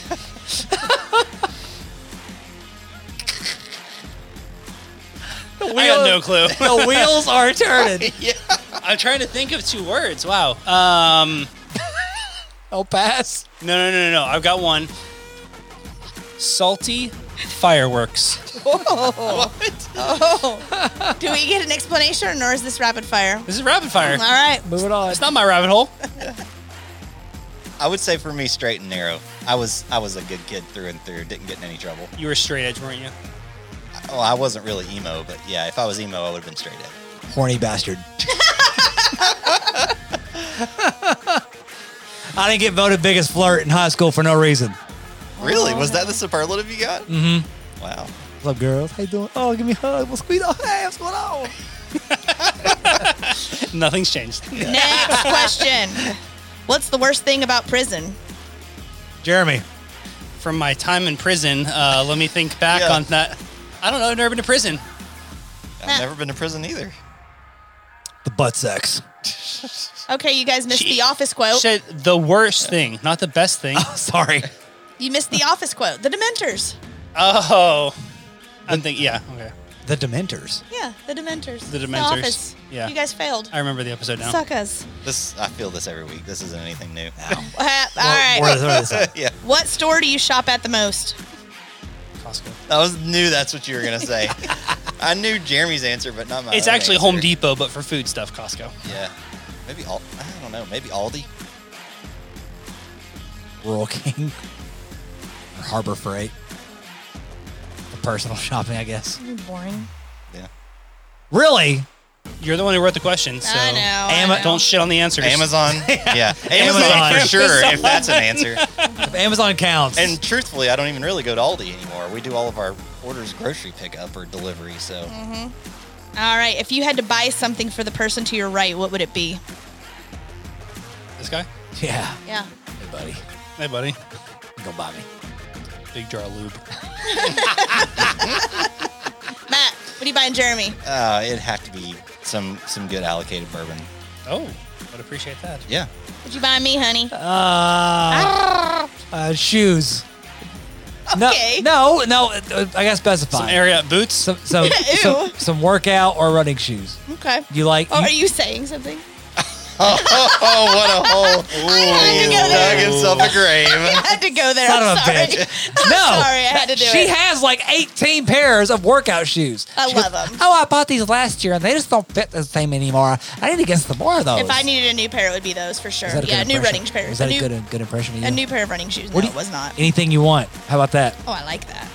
B: the wheel,
A: I got no clue.
B: The wheels are turning.
A: I'm trying to think of two words. Wow. Um,
B: I'll pass.
A: no, no, no, no, no. I've got one. Salty fireworks.
D: Do we get an explanation, or is this rapid fire?
A: This is rapid fire.
D: All right,
B: Moving on.
A: It's not my rabbit hole.
C: I would say for me, straight and narrow. I was I was a good kid through and through. Didn't get in any trouble.
A: You were straight edge, weren't you?
C: Oh, I wasn't really emo, but yeah, if I was emo, I would have been straight edge.
B: Horny bastard. I didn't get voted biggest flirt in high school for no reason.
C: Really? Was that the superlative you got? Mm-hmm. Wow.
B: What's up, girls? How you doing? Oh, give me a hug. What's going on? Hey, what's going on?
A: Nothing's changed.
D: next question. What's the worst thing about prison?
B: Jeremy.
A: From my time in prison, uh, let me think back
C: Yeah.
A: on that. I don't know. I've never been to prison.
C: I've never been to prison either.
B: The butt sex.
D: Okay, you guys missed
A: She-
D: the office quote.
A: Shit, the worst thing, not the best thing.
B: Sorry.
D: You missed the office quote. The Dementors.
A: Oh, I'm thinking. Yeah, okay.
B: The Dementors.
D: Yeah, the Dementors.
A: The
D: It's
A: Dementors.
D: office.
A: Yeah.
D: You guys failed.
A: I remember the episode now.
D: Suck us.
C: This I feel this every week. This isn't anything new.
D: Uh, all right.
B: Or- or this one.
C: yeah,
D: what store do you shop at the most?
A: Costco.
C: I was knew that's what you were gonna say. I knew Jeremy's answer, but not my.
A: It's
C: own
A: actually
C: answer.
A: Home Depot, but for food stuff, Costco.
C: Yeah, maybe Al- I don't know. Maybe Aldi.
B: Rural King. Or Harbor Freight. For personal shopping, I guess.
D: Boring.
C: Yeah,
B: Really?
A: You're the one who wrote the question, so
D: I know. I
B: Am-
D: know.
A: don't shit on the answers.
C: Amazon. yeah, Amazon,
B: Amazon.
C: for sure. If that's an answer.
B: If Amazon counts.
C: And truthfully, I don't even really go to Aldi anymore. We do all of our orders grocery pickup or delivery. So
D: all right. If you had to buy something for the person to your right, what would it be?
A: This guy.
B: yeah.
D: Yeah.
B: Hey, buddy.
A: Hey, buddy.
B: Go buy me.
A: Big jar of lube.
D: Matt, what are you buying, Jeremy?
C: uh, it'd have to be some some good allocated bourbon.
A: Oh, would appreciate that.
C: Yeah,
D: What you buying me, honey?
B: Uh, uh, shoes.
D: Okay.
B: No, no, no. uh, I gotta specify.
A: Some Ariat boots.
B: some, some, some, some workout or running shoes.
D: Okay.
B: You like?
D: Oh,
B: you-
D: are you saying something?
C: Oh, what a hole!
D: I had to go
C: Dug
D: there.
C: himself a grave.
D: I had to go there.
B: Son of
D: I'm
B: a
D: sorry.
B: bitch.
D: I'm
B: no.
D: sorry. I had to do
B: she
D: it.
B: has like 18 pairs of workout shoes.
D: I
B: She
D: love 'em.
B: Oh, I bought these last year and they just don't fit the same anymore. I need to get some more of those.
D: if I needed a new pair, it would be those for sure.
B: Is that a
D: Yeah,
B: good
D: new
B: impression?
D: running pairs.
B: Is that
D: a,
B: a,
D: new,
B: good, good impression of you?
D: a new pair of running shoes.
B: What
D: no,
B: do
D: it
B: you-
D: was not.
B: Anything you want. How about that?
D: Oh, I like that.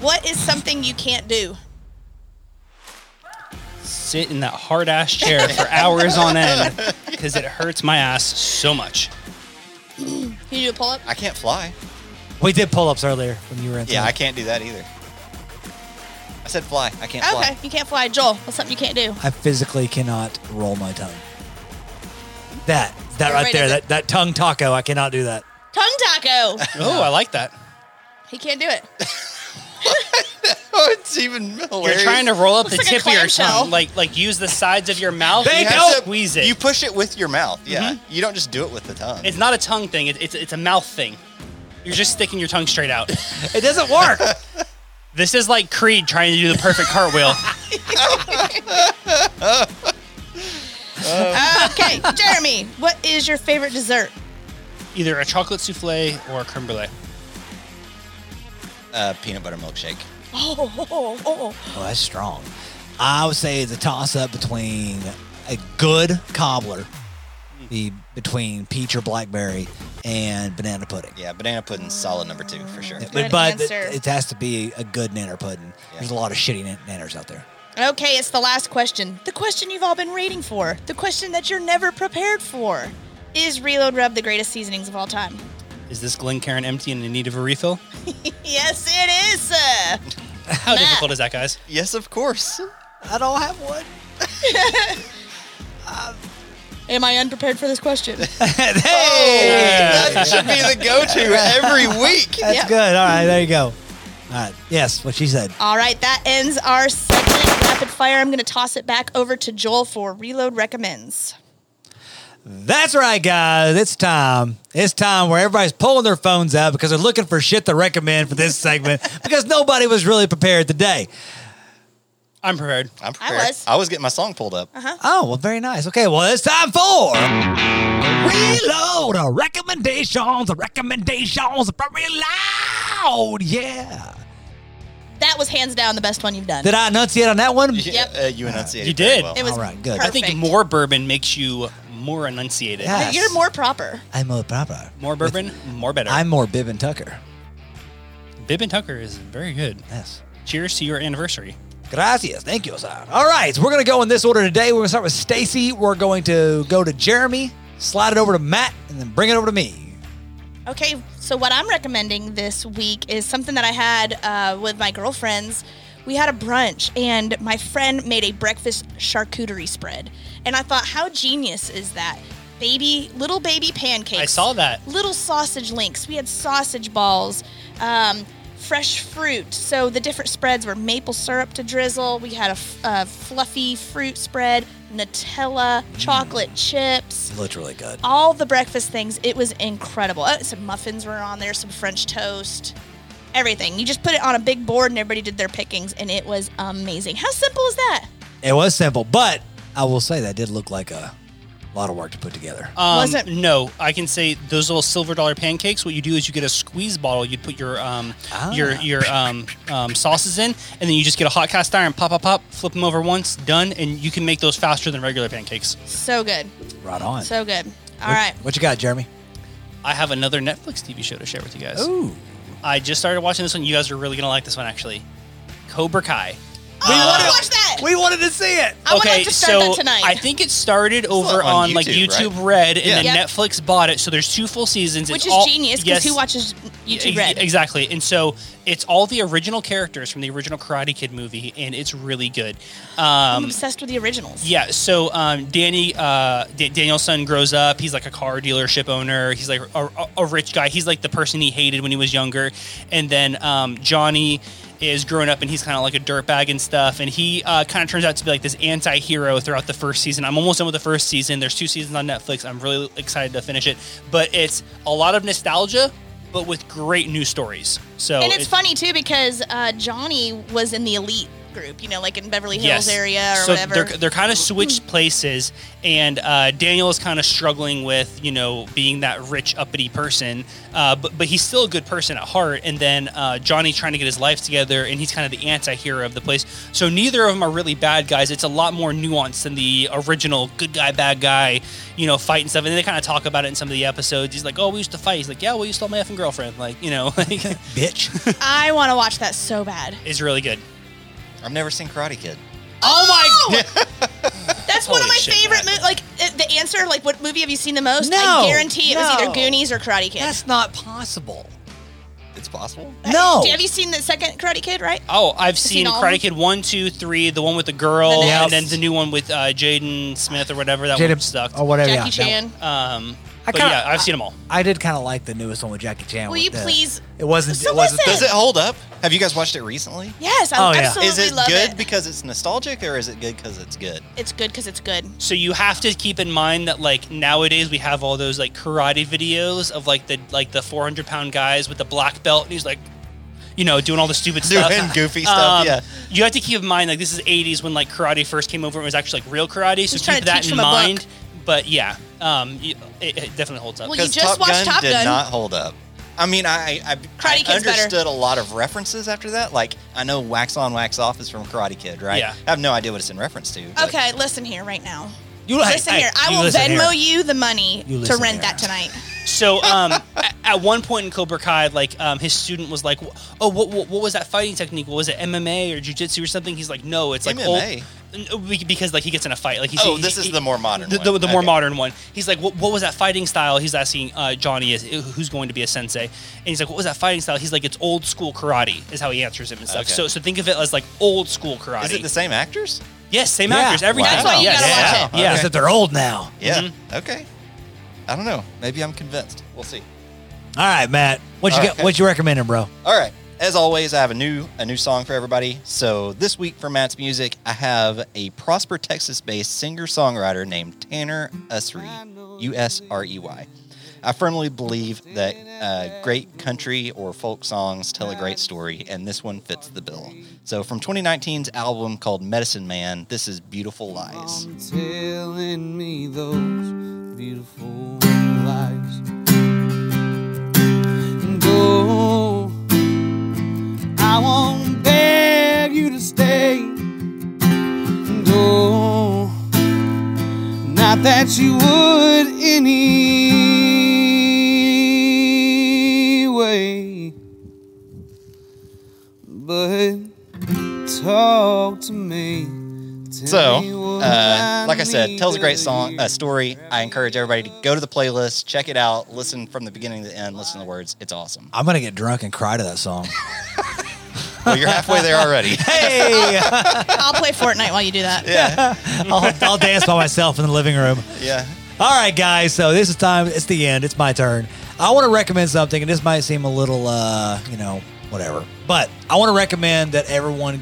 D: What is something you can't do?
A: Sit in that hard ass chair for hours on end because it hurts my ass so much.
D: Can you do a pull up?
C: I can't fly.
B: We did pull ups earlier when you were in.
C: Yeah,
B: town.
C: I can't do that either. I said fly. I can't
D: Okay,
C: fly.
D: you can't fly, Joel. What's something you can't do?
B: I physically cannot roll my tongue. That that
D: Everybody
B: right there,
D: does
B: that, that tongue taco, I cannot do that.
D: Tongue taco.
A: Oh, I like that.
D: he can't do it.
C: Oh, it's even
A: You're
C: hilarious.
A: trying to roll up the
D: Looks like a
A: tip of your
D: clamshell.
A: tongue, like like use the sides of your mouth.
B: They
A: and
C: have
B: don't-
C: to-
A: squeeze it.
C: You push it with your mouth. Yeah, you don't just do it with the tongue.
A: It's not a tongue thing. It's it's, it's a mouth thing. You're just sticking your tongue straight out.
B: It doesn't work.
A: This is like Creed trying to do the perfect cartwheel.
D: okay, Jeremy, what is your favorite dessert?
A: Either a chocolate souffle or a creme brulee.
C: Uh, peanut butter milkshake.
D: Oh, oh, oh, oh.
B: Oh, that's strong. I would say it's a toss up between a good cobbler, the between peach or blackberry, and banana pudding.
C: Yeah, banana pudding's solid number two for sure.
B: But,
D: Good
B: but it,
D: answer.
B: it has to be a good nanner pudding. There's a lot of shitty nan- nanners out there.
D: Okay, it's the last question. The question you've all been waiting for. The question that you're never prepared for. Is Reload Rub the greatest seasonings of all time?
A: Is this Glencairn empty and in need of a refill?
D: Yes, it is. Uh,
A: How difficult is that, guys?
C: Yes, of course.
B: I don't have one.
D: am I unprepared for this question?
C: That should be the go-to every week.
B: That's
D: Yeah.
B: good. All right, there you go. All right. Yes, what she said.
D: all right, that ends our second rapid fire. I'm going to toss it back over to Joel for Reload Recommends.
B: That's right, guys. It's time. It's time where everybody's pulling their phones out because they're looking for shit to recommend for this segment because nobody was really prepared today.
A: I'm prepared.
C: I'm prepared.
D: was.
C: I was getting my song pulled up.
B: Oh, well, very nice. Okay, well, it's time for Reload. uh, Recommendations, recommendations from Reload. Yeah.
D: That was hands down the best one you've done.
B: Did I enunciate on that one?
C: You,
D: Yep.
C: uh, you enunciated.
A: You
C: very
A: did.
C: well.
D: it was
B: All right, good.
A: I think
D: perfect.
A: more bourbon makes you more enunciated.
B: Yeah.
D: You're more proper.
B: I'm a proper.
A: More bourbon, more better.
B: I'm more Bibb and Tucker.
A: Bibb and Tucker is very good.
B: Yes.
A: Cheers to your anniversary.
B: Gracias. Thank you, sir. All right, so we're going to go in this order today. We're going to start with Stacy. We're going to go to Jeremy, slide it over to Matt, and then bring it over to me.
D: Okay, so what I'm recommending this week is something that I had uh, with my girlfriends. We had a brunch, and my friend made a breakfast charcuterie spread. And I thought, how genius is that? Baby, little baby pancakes.
A: I saw that.
D: Little sausage links. We had sausage balls, um, fresh fruit. So the different spreads were maple syrup to drizzle. We had a, f- a fluffy fruit spread, Nutella, chocolate chips
B: Looks really good.
D: all the breakfast things. It was incredible. Uh, some muffins were on there, some French toast, everything. You just put it on a big board and everybody did their pickings, and it was amazing. How simple is that?
B: It was simple, but I will say that did look like a lot of work to put together.
A: Um,
D: Wasn't-
A: no, I can say those little silver dollar pancakes. What you do is you get a squeeze bottle. You put your um, your
B: Ah.
A: your um, um, sauces in, and then you just get a hot cast iron, pop, pop, pop, flip them over once, done, and you can make those faster than regular pancakes.
D: So good,
B: Right on.
D: so good. All
B: what,
D: right,
B: What you got, Jeremy?
A: I have another Netflix TV show to share with you guys.
B: Ooh.
A: I just started watching this one. You guys are really gonna like this one, actually. Cobra Kai. Uh,
D: we want to watch that.
B: We wanted to see it.
D: I would like to start that tonight.
A: I think it started over
C: on
A: on, like
C: YouTube,
A: YouTube
C: right?
A: Red, and
C: Yeah.
A: then
D: Yep.
A: Netflix bought it. So there's two full seasons.
D: which
A: It's
D: is
A: all-
D: genius because
A: yes.
D: who watches YouTube
A: Yeah,
D: Red?
A: Exactly. And so it's all the original characters from the original Karate Kid movie, and it's really good.
D: I'm
A: Um,
D: obsessed with the originals.
A: yeah, so um, Danny, uh, D- Daniel's son grows up. He's like a car dealership owner. He's like a, a- a rich guy. He's like the person he hated when he was younger. And then um, Johnny is growing up and he's kind of like a dirtbag and stuff. And he uh, kind of turns out to be like this anti hero throughout the first season. I'm almost done with the first season. There's two seasons on Netflix. I'm really excited to finish it. But it's a lot of nostalgia, but with great new stories. So
D: and it's
A: it-
D: funny too because uh, Johnny was in the elite group, you know, like in Beverly Hills area or
A: so
D: whatever.
A: they're they're kind of switched places, and uh, Daniel is kind of struggling with you know being that rich uppity person, uh, but but he's still a good person at heart. And then uh, Johnny trying to get his life together, and he's kind of the anti-hero of the place. So neither of them are really bad guys. It's a lot more nuanced than the original good guy bad guy, you know, fight and stuff. And they kind of talk about it in some of the episodes. He's like, oh, we used to fight. He's like, yeah, well, you stole my effing girlfriend. Like you know, like,
B: Bitch.
D: I want to watch that so bad.
A: it's really good.
C: I've never seen Karate Kid.
A: Oh my!
D: That's one of
A: Holy
D: my
A: shit,
D: favorite
A: Matt.
D: movies. Like uh, the answer, like what movie have you seen the most?
B: No,
D: I guarantee it was
B: no.
D: either Goonies or Karate Kid.
B: That's not possible.
C: It's possible.
B: No.
D: Do- Have you seen the second Karate Kid? Right?
A: Oh, I've seen
D: seen all
A: Karate
D: of
A: Kid one, two, three, the one with the girl,
D: The
A: and
D: next.
A: then the new one with uh, Jaden Smith or whatever. That one
B: Jada-
A: sucked.
C: oh,
B: Or whatever.
D: Jackie
B: yeah, that-
D: Chan.
A: Um,
B: I
A: but
B: kinda-
A: yeah, I've seen them all.
B: I did kind of like the newest one with Jackie Chan.
D: Will
B: with
D: you
B: the-
D: please-
B: It wasn't.
D: So
B: it wasn't.
D: what's
C: Does it hold up? Have you guys watched it recently?
D: Yes, I
B: Oh, yeah.
D: absolutely
C: Is it
D: love
C: good
D: it.
C: because it's nostalgic, or is it good because it's good?
D: It's good because it's good.
A: So you have to keep in mind that like nowadays we have all those like karate videos of like the like the 400 pound guys with the black belt, and he's like, you know, doing all the stupid
C: Doing
A: stuff. Um,
C: goofy stuff, yeah.
A: You have to keep in mind, like, this is 80s when, like, karate first came over and was actually, like, real karate. So
D: He's trying
A: keep
D: to
A: that
D: teach
A: in
D: him a book.
A: mind. But yeah, um, y- it, it definitely holds up.
D: Well, you
C: Because
D: just
C: Top
D: watched
C: Gun
D: Top
C: did
D: Gun.
C: not hold up. I mean, I I, I,
D: Kid's
C: I
D: better.
C: understood a lot of references after that. Like I know "Wax On, Wax Off" is from Karate Kid, right?
A: Yeah.
C: I have no idea what it's in reference to. but-
D: Okay, listen here right now.
B: You
D: Listen here. I
B: you
D: will
B: listen here.
D: Venmo you the money
B: You
D: to
B: listen
D: rent
B: here.
D: that tonight.
A: So um, at, at one point in Cobra Kai, like um, his student was like, "Oh, what, what, what was that fighting technique? What was it MMA or jujitsu or something?" He's like, "No, it's like
C: MMA?
A: old be- because like he gets in a fight. Like he's
C: Oh,
A: he-
C: this
A: he-
C: is the more modern
A: the,
C: one.
A: the, the more
C: Okay.
A: modern one. He's like, what, what was that fighting style? He's asking uh, Johnny, is, who's going to be a sensei, and he's like, what was that fighting style? He's like, it's old school karate, is how he answers him and stuff.
C: Okay.
A: So, so think of it as like old school karate.
C: Is it the same actors?
A: yes, same
B: Yeah.
A: actors, everything.
D: That's why you
A: yes.
D: gotta watch
A: yeah.
D: it.
A: Yeah.
B: Except they're old now.
C: Yeah.
A: Mm-hmm.
C: Okay. I don't know. Maybe I'm convinced. We'll see.
B: All right, Matt. What you
C: All
B: got,
C: right, okay.
B: what you recommending, bro?
C: All right. As always, I have a new a new song for everybody. So this week for Matt's music, I have a Prosper, Texas-based singer-songwriter named Tanner Usry, U S R E Y. I firmly believe that uh, great country or folk songs tell a great story, and this one fits the bill. So from 2019's album called Medicine Man, this is Beautiful Lies.
G: Mama telling me those beautiful lies. And go, I won't beg you to stay. And go, not that you would anyway, but talk to me.
C: So, uh, like I said, tells a great song, a story. I encourage everybody to go to the playlist, check it out, listen from the beginning to the end, listen to the words. It's awesome.
B: I'm gonna get drunk and cry to that song.
C: Well, you're halfway there already.
B: hey,
D: I'll play Fortnite while you do that.
C: yeah,
B: I'll, I'll dance by myself in the living room.
C: yeah.
B: All right, guys. So this is time. It's the end. It's my turn. I want to recommend something, and this might seem a little, uh, you know, whatever. But I want to recommend that everyone,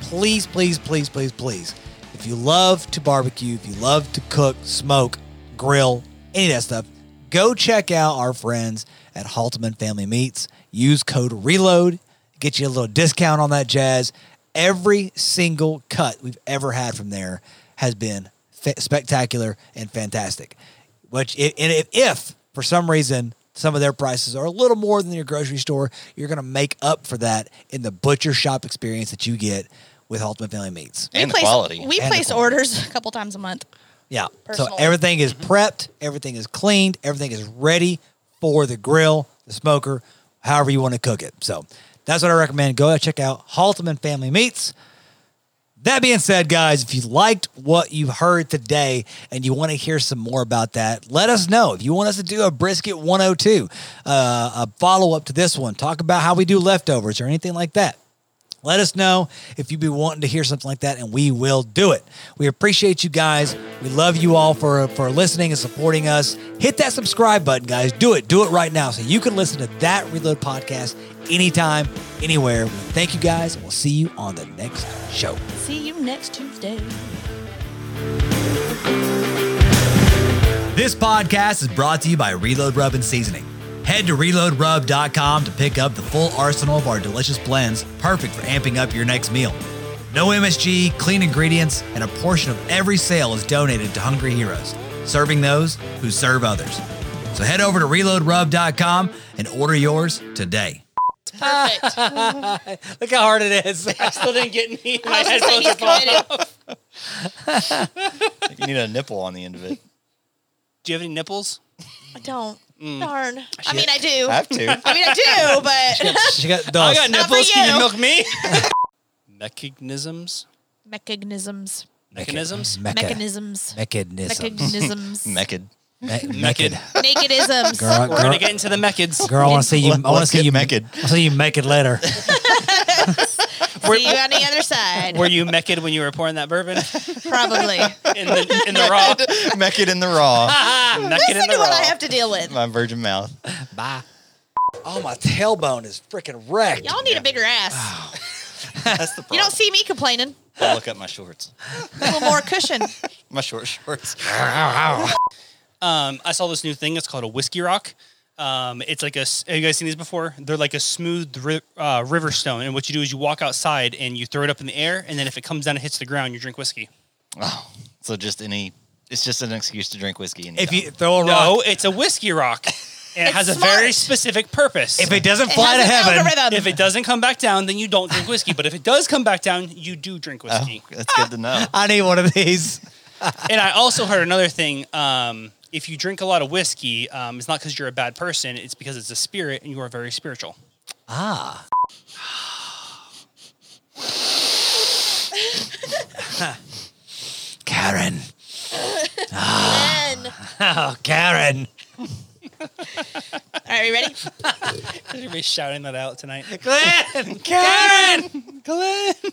B: please, please, please, please, please, if you love to barbecue, if you love to cook, smoke, grill, any of that stuff, go check out our friends at Halteman Family Meats. Use code RELOAD, get you a little discount on that jazz. Every single cut we've ever had from there has been fa- spectacular and fantastic. Which, i- and if, if for some reason some of their prices are a little more than your grocery store, you're going to make up for that in the butcher shop experience that you get with Haltman Family Meats.
C: And the
D: place,
C: quality.
D: We
B: And the
D: place
B: quality.
D: orders a couple times a month.
B: Yeah. So
D: Personally.
B: everything is prepped, everything is cleaned, everything is ready for the grill, the smoker, however you want to cook it. So that's what I recommend. Go check out Halteman Family Meats. That being said, guys, if you liked what you heard today and you want to hear some more about that, let us know. If you want us to do a brisket 102, uh, a follow up to this one, talk about how we do leftovers or anything like that. Let us know if you'd be wanting to hear something like that, and we will do it. We appreciate you guys. We love you all for for listening and supporting us. Hit that subscribe button, guys. Do it. Do it right now, so you can listen to that Reload podcast anytime, anywhere. We thank you guys, and we'll see you on the next show.
D: See you next Tuesday.
B: This podcast is brought to you by Reload Rub and Seasoning. Head to reloadrub.com to pick up the full arsenal of our delicious blends, perfect for amping up your next meal. No MSG, clean ingredients, and a portion of every sale is donated to Hungry Heroes, serving those who serve others. So head over to reloadrub.com and order yours today.
D: Perfect.
B: Look how hard it is.
A: I still didn't get any. My
D: I was just like,
A: headphones are falling.
D: he's committed.
C: You need a nipple on the end of it.
A: Do you have any nipples?
D: I don't.
B: Mm.
D: Darn. I mean, I do.
C: I
D: I
C: have to.
D: mean, I do, but
B: she got
A: I got
D: Not for
A: nipples. Can you
D: you.
A: milk me? Mechanisms.
D: mechanisms,
A: Mechanisms.
D: mechanisms,
B: Mechanisms.
D: mechanisms,
C: Naked.
A: Mechid.
D: nakedisms.
B: Girl,
A: We're gonna get into the mechids.
B: Girl, I want to see you.
C: Let-
B: I want to
C: let's
B: see
C: get
B: you make it.
C: naked.
B: I'll see you make it later.
D: See you on the other side,
A: Were you mechid when you were pouring that bourbon
D: probably.
A: in the in the raw?
C: Naked in the raw.
A: Mechid in
D: Listen
A: the
D: to what I
A: raw.
D: have to deal with.
C: My virgin mouth.
B: Bye. Oh, my tailbone is freaking wrecked.
D: Y'all need a bigger ass.
A: Oh.
C: That's the
D: You
C: problem.
D: don't see me complaining.
C: I'll look up my shorts.
D: A little more cushion.
C: My short shorts.
A: Um, I saw this new thing. It's called a whiskey rock. Um, it's like a. s- Have you guys seen these before? They're like a smooth ri- uh, river stone, and what you do is you walk outside and you throw it up in the air, and then if it comes down and hits the ground, you drink whiskey.
C: So just any, it's just an excuse to drink whiskey. Any
B: If
C: time.
B: you throw a rock,
A: No, it's a whiskey rock, and it
D: It's
A: has a
D: smart.
A: very specific purpose.
B: if it doesn't
D: It
B: fly to
D: has an
B: heaven,
D: algorithm.
A: if it doesn't come back down, then you don't drink whiskey. But if it does come back down, you do drink
B: Oh.
A: whiskey.
C: Oh, that's good to know.
B: I need one of these.
A: And I also heard another thing. Um, if you drink a lot of whiskey, um, it's not because you're a bad person. It's because it's a spirit, and you are very spiritual.
B: Ah. Karen.
D: And, all
B: Oh, Karen.
D: right, we ready?
A: Everybody's shouting that out tonight.
B: Glenn! Karen! Glenn!